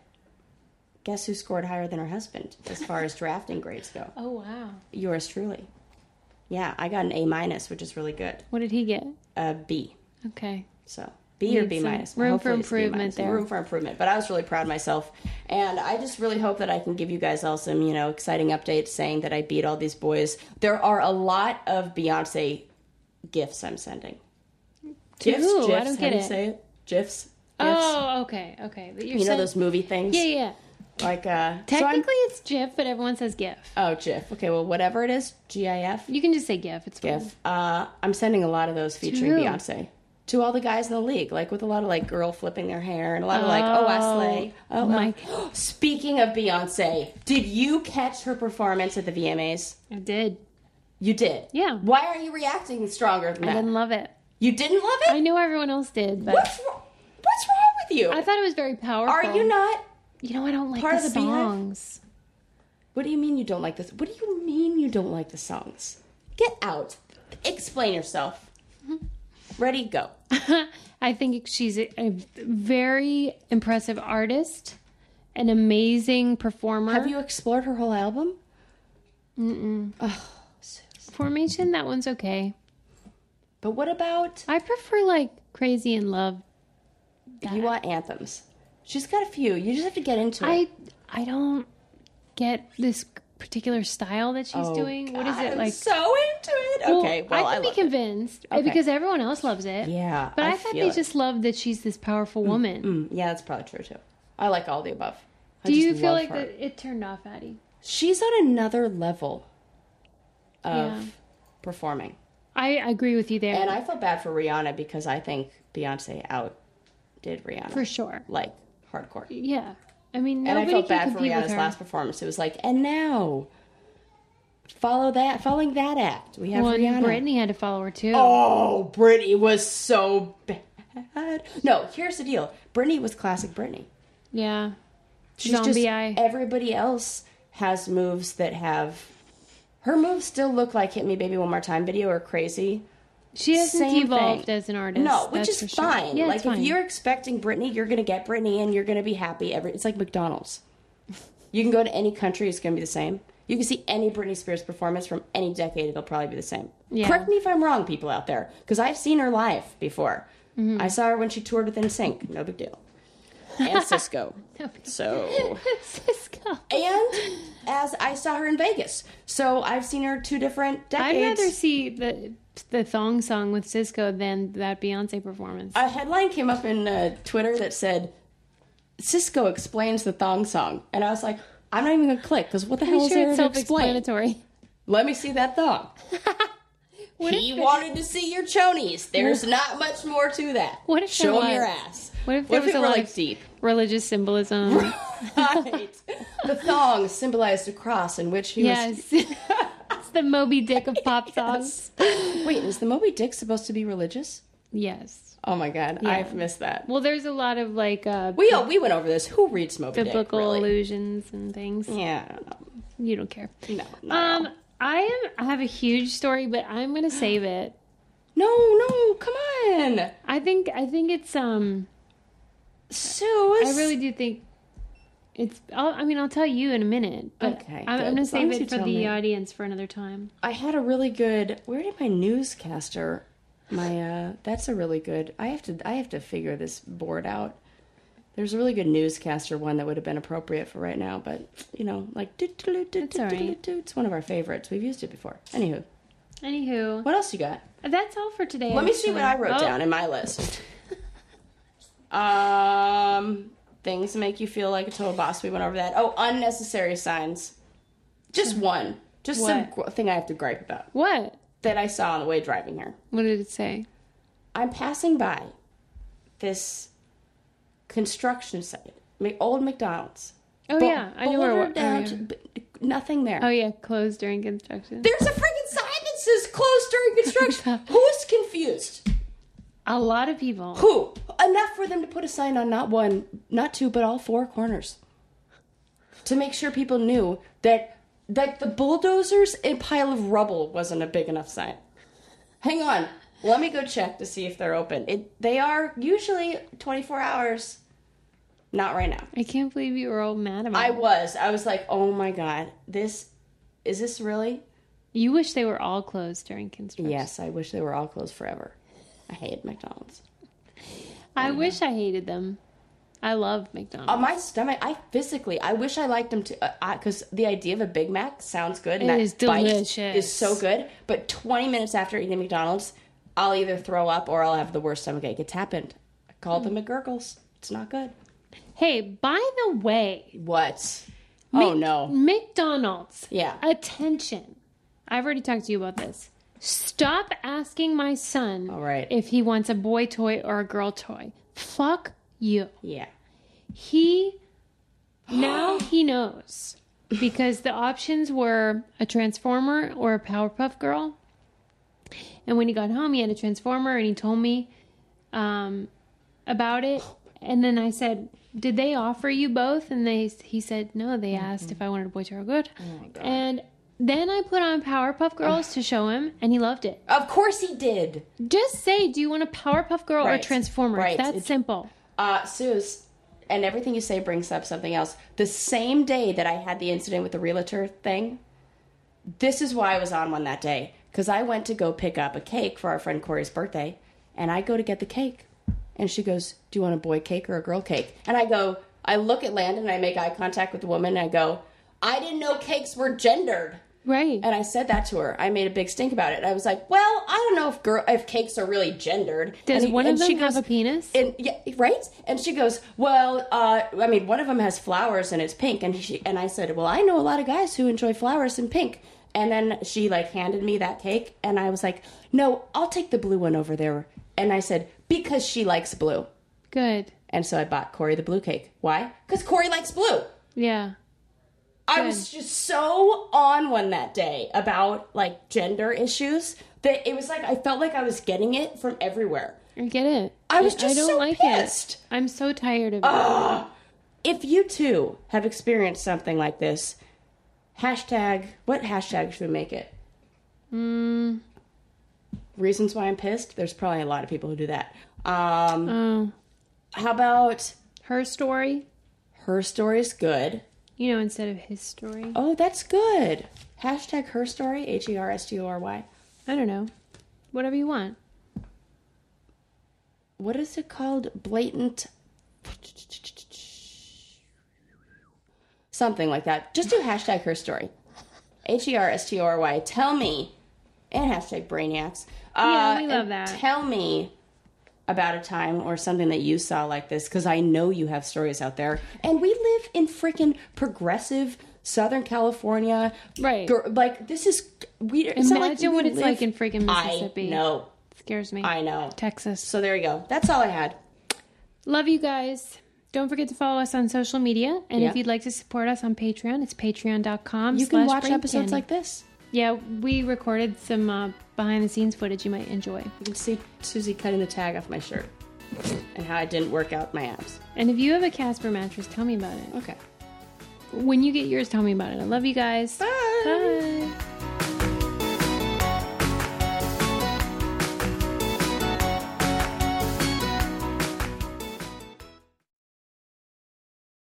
[SPEAKER 2] Guess who scored higher than her husband as far as drafting grades go?
[SPEAKER 1] Oh wow.
[SPEAKER 2] Yours truly. Yeah, I got an A minus, which is really good.
[SPEAKER 1] What did he get?
[SPEAKER 2] A B.
[SPEAKER 1] Okay.
[SPEAKER 2] So B or
[SPEAKER 1] Need
[SPEAKER 2] B
[SPEAKER 1] some
[SPEAKER 2] minus.
[SPEAKER 1] room
[SPEAKER 2] Hopefully
[SPEAKER 1] for
[SPEAKER 2] it's B
[SPEAKER 1] improvement
[SPEAKER 2] minus.
[SPEAKER 1] there.
[SPEAKER 2] Room for improvement. But I was really proud of myself, and I just really hope that I can give you guys all some you know exciting updates saying that I beat all these boys. There are a lot of Beyonce gifs I'm sending. Gifs,
[SPEAKER 1] who?
[SPEAKER 2] gifs.
[SPEAKER 1] I don't
[SPEAKER 2] how
[SPEAKER 1] get
[SPEAKER 2] do you
[SPEAKER 1] it.
[SPEAKER 2] say it? Gifs. Gifs.
[SPEAKER 1] Oh, okay, okay. But you're
[SPEAKER 2] you know
[SPEAKER 1] saying-
[SPEAKER 2] those movie things.
[SPEAKER 1] Yeah, yeah.
[SPEAKER 2] Like uh, so I'm-
[SPEAKER 1] Technically, it's GIF, but everyone says GIF.
[SPEAKER 2] oh, GIF. Okay, well, whatever it is, GIF.
[SPEAKER 1] You can just say GIF. It's fine.
[SPEAKER 2] Gif. Uh, I'm sending a lot of those featuring
[SPEAKER 1] True.
[SPEAKER 2] Beyonce to all the guys in the league, like with a lot of like girl flipping their hair and a lot of like, oh, I slay. Oh,
[SPEAKER 1] my-
[SPEAKER 2] my. Speaking of Beyonce, did you catch her performance at the VMAs?
[SPEAKER 1] I did.
[SPEAKER 2] You did.
[SPEAKER 1] Yeah.
[SPEAKER 2] Why are you reacting stronger than
[SPEAKER 1] I
[SPEAKER 2] that?
[SPEAKER 1] didn't love it.
[SPEAKER 2] you didn't love it.
[SPEAKER 1] I know everyone else did, but
[SPEAKER 2] What's wrong? What's wrong with you?
[SPEAKER 1] I thought it was very powerful.
[SPEAKER 2] are you not?
[SPEAKER 1] You know, I don't like
[SPEAKER 2] part
[SPEAKER 1] the
[SPEAKER 2] of the Beehive?
[SPEAKER 1] songs.
[SPEAKER 2] What do you mean you don't like this? What do you mean you don't like the songs? Get out. Explain yourself.
[SPEAKER 1] Mm-hmm.
[SPEAKER 2] Ready? Go.
[SPEAKER 1] I think she's a, a very impressive artist, an amazing performer.
[SPEAKER 2] Have you explored her whole album?
[SPEAKER 1] formation? That one's okay.
[SPEAKER 2] But what about
[SPEAKER 1] I prefer like Crazy in Love.
[SPEAKER 2] You want anthems. She's got a few. You just have to get into it.
[SPEAKER 1] I I don't get this particular style that she's doing. What is it
[SPEAKER 2] Oh, I'm
[SPEAKER 1] like?
[SPEAKER 2] so into it. Okay, well,
[SPEAKER 1] I
[SPEAKER 2] I,
[SPEAKER 1] can be
[SPEAKER 2] love it.
[SPEAKER 1] convinced uh, because everyone else loves it.
[SPEAKER 2] Yeah,
[SPEAKER 1] but I,
[SPEAKER 2] I
[SPEAKER 1] thought
[SPEAKER 2] feel
[SPEAKER 1] they
[SPEAKER 2] it. Mm,
[SPEAKER 1] just loved that she's this powerful woman.
[SPEAKER 2] Yeah, that's probably true too. I like all the above. I
[SPEAKER 1] Do
[SPEAKER 2] just
[SPEAKER 1] you feel
[SPEAKER 2] love
[SPEAKER 1] like
[SPEAKER 2] her.
[SPEAKER 1] that it turned off Addie?
[SPEAKER 2] she's on another level of
[SPEAKER 1] Yeah.
[SPEAKER 2] performing?
[SPEAKER 1] I agree with you there.
[SPEAKER 2] And I feel bad for Rihanna because I think Beyonce out did Rihanna.
[SPEAKER 1] for sure.
[SPEAKER 2] Like hardcore.
[SPEAKER 1] Yeah, I mean,
[SPEAKER 2] and
[SPEAKER 1] nobody
[SPEAKER 2] I felt
[SPEAKER 1] can
[SPEAKER 2] bad for
[SPEAKER 1] compete with
[SPEAKER 2] Rihanna's
[SPEAKER 1] her.
[SPEAKER 2] last performance. It was like, and now follow that, following that act, we have
[SPEAKER 1] Well, and
[SPEAKER 2] Rihanna.
[SPEAKER 1] Britney had to follow her too.
[SPEAKER 2] Oh, Britney was so bad. No, here's the deal. Britney was classic Britney.
[SPEAKER 1] Yeah,
[SPEAKER 2] She's
[SPEAKER 1] zombie
[SPEAKER 2] just,
[SPEAKER 1] eye.
[SPEAKER 2] Everybody else has moves that have. Her moves still look like "Hit Me, Baby, One More Time" video or crazy.
[SPEAKER 1] She hasn't
[SPEAKER 2] Same
[SPEAKER 1] evolved
[SPEAKER 2] thing.
[SPEAKER 1] as an artist.
[SPEAKER 2] no, which
[SPEAKER 1] that's
[SPEAKER 2] is
[SPEAKER 1] for sure.
[SPEAKER 2] fine.
[SPEAKER 1] Yeah,
[SPEAKER 2] like
[SPEAKER 1] it's fine.
[SPEAKER 2] if you're expecting Britney, you're gonna get Britney, and you're gonna be happy. Every it's like McDonald's. You can go to any country; it's gonna be the same. You can see any Britney Spears performance from any decade; it'll probably be the same.
[SPEAKER 1] Yeah.
[SPEAKER 2] Correct me if I'm wrong, people out there, because I've seen her live before.
[SPEAKER 1] Mm-hmm.
[SPEAKER 2] I saw her when she toured with NSYNC. No big deal. And Cisco. so
[SPEAKER 1] Cisco.
[SPEAKER 2] and as I saw her in Vegas. So I've seen her two different
[SPEAKER 1] I'd
[SPEAKER 2] decades.
[SPEAKER 1] rather see the the thong song with Cisco than that Beyonce performance.
[SPEAKER 2] A headline came up in uh, Twitter that said, Cisco explains the thong song. And I was like, I'm not even going to click because what the hell
[SPEAKER 1] I'm
[SPEAKER 2] is
[SPEAKER 1] sure
[SPEAKER 2] there
[SPEAKER 1] it's
[SPEAKER 2] to explain?
[SPEAKER 1] self-explanatory.
[SPEAKER 2] Let me see that thong. he wanted to see your chonies. There's not much more to that.
[SPEAKER 1] What if
[SPEAKER 2] Show
[SPEAKER 1] there
[SPEAKER 2] him your
[SPEAKER 1] was?
[SPEAKER 2] ass.
[SPEAKER 1] What if there was
[SPEAKER 2] it
[SPEAKER 1] a
[SPEAKER 2] were
[SPEAKER 1] lot
[SPEAKER 2] like
[SPEAKER 1] of-
[SPEAKER 2] deep?
[SPEAKER 1] Religious symbolism.
[SPEAKER 2] Right. the thong symbolized a cross in which he was.
[SPEAKER 1] yes, it's the Moby Dick of pop songs.
[SPEAKER 2] Wait, is the Moby Dick supposed to be religious?
[SPEAKER 1] Yes.
[SPEAKER 2] Oh my god, I've missed that.
[SPEAKER 1] Well, there's a lot of like uh,
[SPEAKER 2] We we went over this. Who reads Moby
[SPEAKER 1] biblical
[SPEAKER 2] Dick? Really?
[SPEAKER 1] allusions and things.
[SPEAKER 2] Yeah, I don't know.
[SPEAKER 1] You don't care.
[SPEAKER 2] No, not
[SPEAKER 1] Um, I am. I have a huge story, but I'm gonna save it.
[SPEAKER 2] no, no. Come on,
[SPEAKER 1] I think. I think it's. Um,
[SPEAKER 2] Sue.
[SPEAKER 1] I really do think it's. I'll, I mean, I'll tell you in a minute. But
[SPEAKER 2] Okay,
[SPEAKER 1] I'm,
[SPEAKER 2] good.
[SPEAKER 1] I'm gonna
[SPEAKER 2] As long
[SPEAKER 1] save
[SPEAKER 2] as you
[SPEAKER 1] it for the
[SPEAKER 2] tell me.
[SPEAKER 1] audience for another time.
[SPEAKER 2] I had a really good. Where did my newscaster? My uh, that's a really good. I have to I have to figure this board out. There's a really good newscaster one that would have been appropriate for right now, but you know, like do, do, do, do,
[SPEAKER 1] It's all
[SPEAKER 2] do, do,
[SPEAKER 1] right.
[SPEAKER 2] do. it's one of our favorites. We've used it before. Anywho,
[SPEAKER 1] Anywho,
[SPEAKER 2] what else you got?
[SPEAKER 1] that's all for today.
[SPEAKER 2] Let me see what I
[SPEAKER 1] actually.
[SPEAKER 2] wrote
[SPEAKER 1] Oh,
[SPEAKER 2] down in my list. um, things that make you feel like a total boss. We went over that. Oh, unnecessary signs. Just one. Just some
[SPEAKER 1] Hmm. What?
[SPEAKER 2] gr- thing I have to gripe about
[SPEAKER 1] What?
[SPEAKER 2] that I saw on the way driving here.
[SPEAKER 1] What did it say?
[SPEAKER 2] I'm passing by this construction site, Ma- old McDonald's.
[SPEAKER 1] Oh
[SPEAKER 2] Bu-
[SPEAKER 1] yeah, I know where.
[SPEAKER 2] boulder
[SPEAKER 1] it wa-
[SPEAKER 2] down
[SPEAKER 1] oh, yeah.
[SPEAKER 2] to- b- nothing there.
[SPEAKER 1] Oh yeah, closed during construction.
[SPEAKER 2] There's a freaking sign that says closed during construction. Who's confused?
[SPEAKER 1] A lot of people.
[SPEAKER 2] Who? Enough for them to put a sign on not one, not two, but all four corners. To make sure people knew that that the bulldozers and pile of rubble wasn't a big enough sign. Hang on. Let me go check to see if they're open. It, they are usually 24 hours. Not right now.
[SPEAKER 1] I can't believe you were all mad about
[SPEAKER 2] I
[SPEAKER 1] it.
[SPEAKER 2] was. I was like, "Oh my god. This is this really?"
[SPEAKER 1] You wish they were all closed during construction.
[SPEAKER 2] Yes, I wish they were all closed forever. I hate McDonald's.
[SPEAKER 1] I wish I hated them. I love McDonald's.
[SPEAKER 2] Uh, my stomach. I physically. I wish I liked them too. Because the idea of a Big Mac sounds good. And
[SPEAKER 1] It
[SPEAKER 2] that
[SPEAKER 1] is
[SPEAKER 2] bite
[SPEAKER 1] delicious.
[SPEAKER 2] Is so good. But twenty minutes after eating McDonald's, I'll either throw up or I'll have the worst stomach ache. It's happened. I call
[SPEAKER 1] Mm.
[SPEAKER 2] them McGurgles. It's not good.
[SPEAKER 1] hey, by the way,
[SPEAKER 2] What? Oh no.
[SPEAKER 1] McDonald's.
[SPEAKER 2] Yeah.
[SPEAKER 1] Attention. I've already talked to you about this. Stop asking my son
[SPEAKER 2] All right.
[SPEAKER 1] if he wants a boy toy or a girl toy. Fuck you.
[SPEAKER 2] Yeah.
[SPEAKER 1] He now he knows because the options were a transformer or a Powerpuff Girl. And when he got home, he had a transformer, and he told me um, about it. And then I said, "Did they offer you both?" And they he said, "No, they
[SPEAKER 2] Mm-hmm.
[SPEAKER 1] asked if I wanted a boy or a girl."
[SPEAKER 2] Oh
[SPEAKER 1] and then I put on Powerpuff Girls to show him, and he loved it.
[SPEAKER 2] Of course he did.
[SPEAKER 1] Just say, "Do you want a Powerpuff Girl or a
[SPEAKER 2] Right.
[SPEAKER 1] Transformer?"
[SPEAKER 2] Right.
[SPEAKER 1] That's
[SPEAKER 2] It-
[SPEAKER 1] simple.
[SPEAKER 2] Uh, Suze, and everything you say brings up something else. The same day that I had the incident with the realtor thing, this is why I was on one that day. Because I went to go pick up a cake for our friend Corey's birthday, and I go to get the cake. And she goes, Do you want a boy cake or a girl cake? And I go, I look at Landon and I make eye contact with the woman and I go, I didn't know cakes were gendered.
[SPEAKER 1] Right.
[SPEAKER 2] And I said that to her. I made a big stink about it. And I was like, "Well, I don't know if girl if cakes are really gendered."
[SPEAKER 1] Does
[SPEAKER 2] And he-
[SPEAKER 1] one of
[SPEAKER 2] and
[SPEAKER 1] them
[SPEAKER 2] she
[SPEAKER 1] have
[SPEAKER 2] goes-
[SPEAKER 1] a penis?
[SPEAKER 2] And yeah, right? And she goes, "Well, uh, I mean, one of them has flowers and it's pink." And she and I said, "Well, I know a lot of guys who enjoy flowers and pink." And then she like handed me that cake, and I was like, "No, I'll take the blue one over there." And I said, "Because she likes blue."
[SPEAKER 1] Good.
[SPEAKER 2] And so I bought Corey the blue cake. Why? Because Corey likes blue.
[SPEAKER 1] Yeah.
[SPEAKER 2] I was just so on one that day about like gender issues that it was like I felt like I was getting it from everywhere.
[SPEAKER 1] I get it.
[SPEAKER 2] I was just
[SPEAKER 1] I don't
[SPEAKER 2] so
[SPEAKER 1] like
[SPEAKER 2] pissed.
[SPEAKER 1] it. I'm so tired of
[SPEAKER 2] If you too have experienced something like this, hashtag what hashtag should we make it? Mm. Reasons why I'm pissed. There's probably a lot of people who do that. Um,
[SPEAKER 1] it. Oh,
[SPEAKER 2] how about
[SPEAKER 1] her story,
[SPEAKER 2] her story's good?
[SPEAKER 1] you know, instead of his story.
[SPEAKER 2] Oh, that's good. Hashtag her story. H e r s t o r y.
[SPEAKER 1] I don't know. Whatever you want.
[SPEAKER 2] what is it called? Blatant something like that. Just do hashtag her story. H E R S T O R Y. Tell me. And hashtag brainiacs.
[SPEAKER 1] Yeah, we love
[SPEAKER 2] and
[SPEAKER 1] that.
[SPEAKER 2] Tell me about a time or something that you saw like this because I know you have stories out there. And we live in freaking progressive Southern California.
[SPEAKER 1] Right.
[SPEAKER 2] Gr- Like, this is. We, it's not like
[SPEAKER 1] Imagine
[SPEAKER 2] we
[SPEAKER 1] what it's
[SPEAKER 2] live-
[SPEAKER 1] like in freaking Mississippi.
[SPEAKER 2] I know.
[SPEAKER 1] Scares me.
[SPEAKER 2] I know.
[SPEAKER 1] Texas.
[SPEAKER 2] So there you go. That's all I had.
[SPEAKER 1] Love you guys. Don't forget to follow us on social media. And
[SPEAKER 2] Yeah.
[SPEAKER 1] if you'd like to support us on Patreon, it's patreon.com.
[SPEAKER 2] You can
[SPEAKER 1] slash
[SPEAKER 2] watch
[SPEAKER 1] brain
[SPEAKER 2] episodes
[SPEAKER 1] candy.
[SPEAKER 2] like this.
[SPEAKER 1] Yeah, we recorded some uh, behind the scenes footage you might enjoy.
[SPEAKER 2] You can see Susie cutting the tag off my shirt and how I didn't work out my abs.
[SPEAKER 1] And if you have a Casper mattress, tell me about it.
[SPEAKER 2] Okay.
[SPEAKER 1] When you get yours, tell me about it. I love you guys.
[SPEAKER 2] Bye.
[SPEAKER 1] Bye.